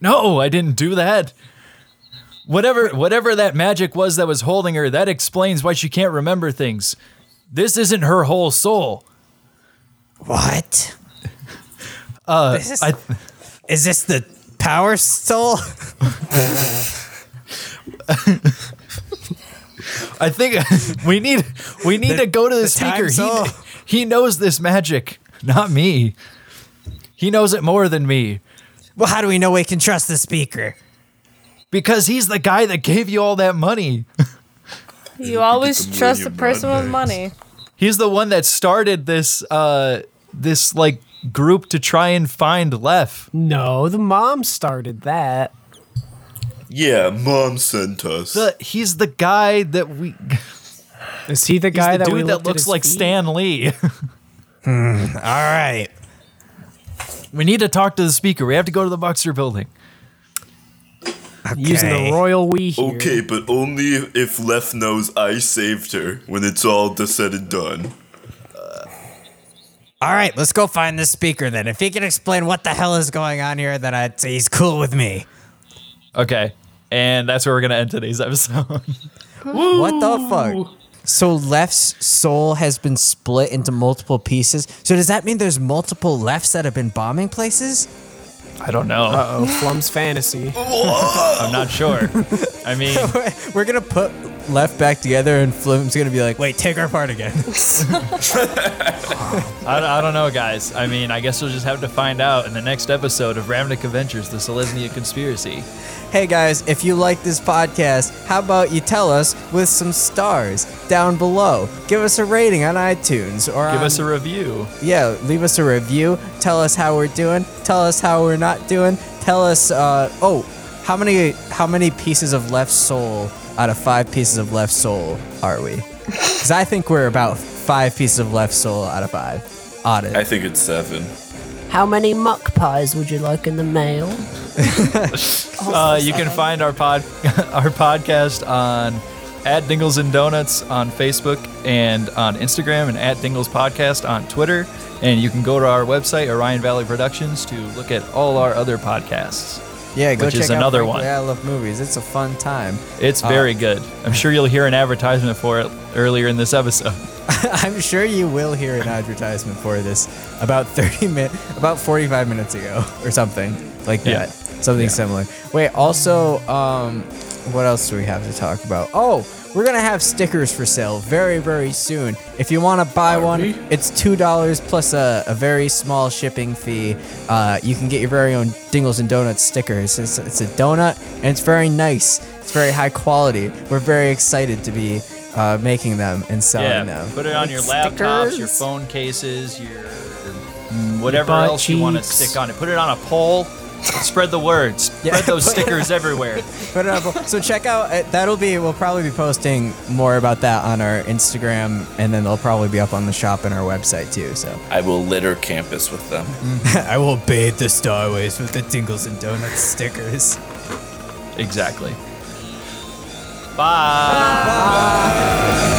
no, I didn't do that. Whatever whatever that magic was that was holding her, that explains why she can't remember things. This isn't her whole soul. What? Uh, This is- I, Is this the power soul? I think we need we need to go to the, the time speaker. soul. He, he knows this magic, not me. He knows it more than me. Well, how do we know we can trust the speaker? Because he's the guy that gave you all that money. You always trust a person with money. He's the one that started this uh this like group to try and find Lef. No, the mom started that. Yeah, mom sent us. The he's the guy that we Is he the guy that dude we that looked at looks his like feet? Stan Lee? Hmm, all right. we need to talk to the speaker. We have to go to the Boxer building. Using the royal we here. Okay, but only if Left knows I saved her when it's all the said and done. All right, let's go find this speaker then. If he can explain what the hell is going on here, then I'd say he's cool with me. Okay. And that's where we're gonna end today's episode. What the fuck? So left's soul has been split into multiple pieces. So does that mean there's multiple lefts that have been bombing places? I don't know. Uh oh, Flum's fantasy. I'm not sure. I mean, We're gonna put left back together, and Flim's gonna be like, "Wait, take our part again." I, I don't know, guys. I mean, I guess we'll just have to find out in the next episode of Ravnik Adventures: The Selesnya Conspiracy. hey guys, if you like this podcast, how about you tell us with some stars down below? Give us a rating on iTunes or Give on- us a review. yeah, leave us a review. Tell us how we're doing. Tell us how we're not doing. Tell us, uh, oh, How many how many pieces of left soul out of five pieces of left soul are we? Because I think we're about five pieces of left soul out of five. Audit. I think it's seven. How many muck pies would you like in the mail? Uh, you can find our pod, our podcast on at Dingles and Donuts on Facebook and on Instagram, and at Dingles Podcast on Twitter. And you can go to our website, Orion Valley Productions, to look at all our other podcasts. Yeah, go which check is out another Frankly, one. I love movies. It's a fun time. It's Uh, very good. I'm sure you'll hear an advertisement for it earlier in this episode. I'm sure you will hear an advertisement for this about 30 min, about 45 minutes ago or something like Yeah. that. Something similar. Wait, also, um, what else do we have to talk about? Oh, we're gonna have stickers for sale very, very soon. If you want to buy one, it's two dollars plus a, a very small shipping fee. Uh, you can get your very own Dingles and Donuts stickers. It's, it's a donut, and it's very nice. It's very high quality. We're very excited to be uh, making them and selling them. Put it on your Like laptops, stickers? your phone cases, your mm, whatever butt else you want to cheeks. stick on it. Put it on a pole. Spread the word. Spread those stickers everywhere. But uh, so check out uh, that'll be we'll probably be posting more about that on our Instagram and then they'll probably be up on the shop and our website too. So I will litter campus with them. I will bathe the starways with the Dingles and Donuts stickers. Exactly. Bye. Bye.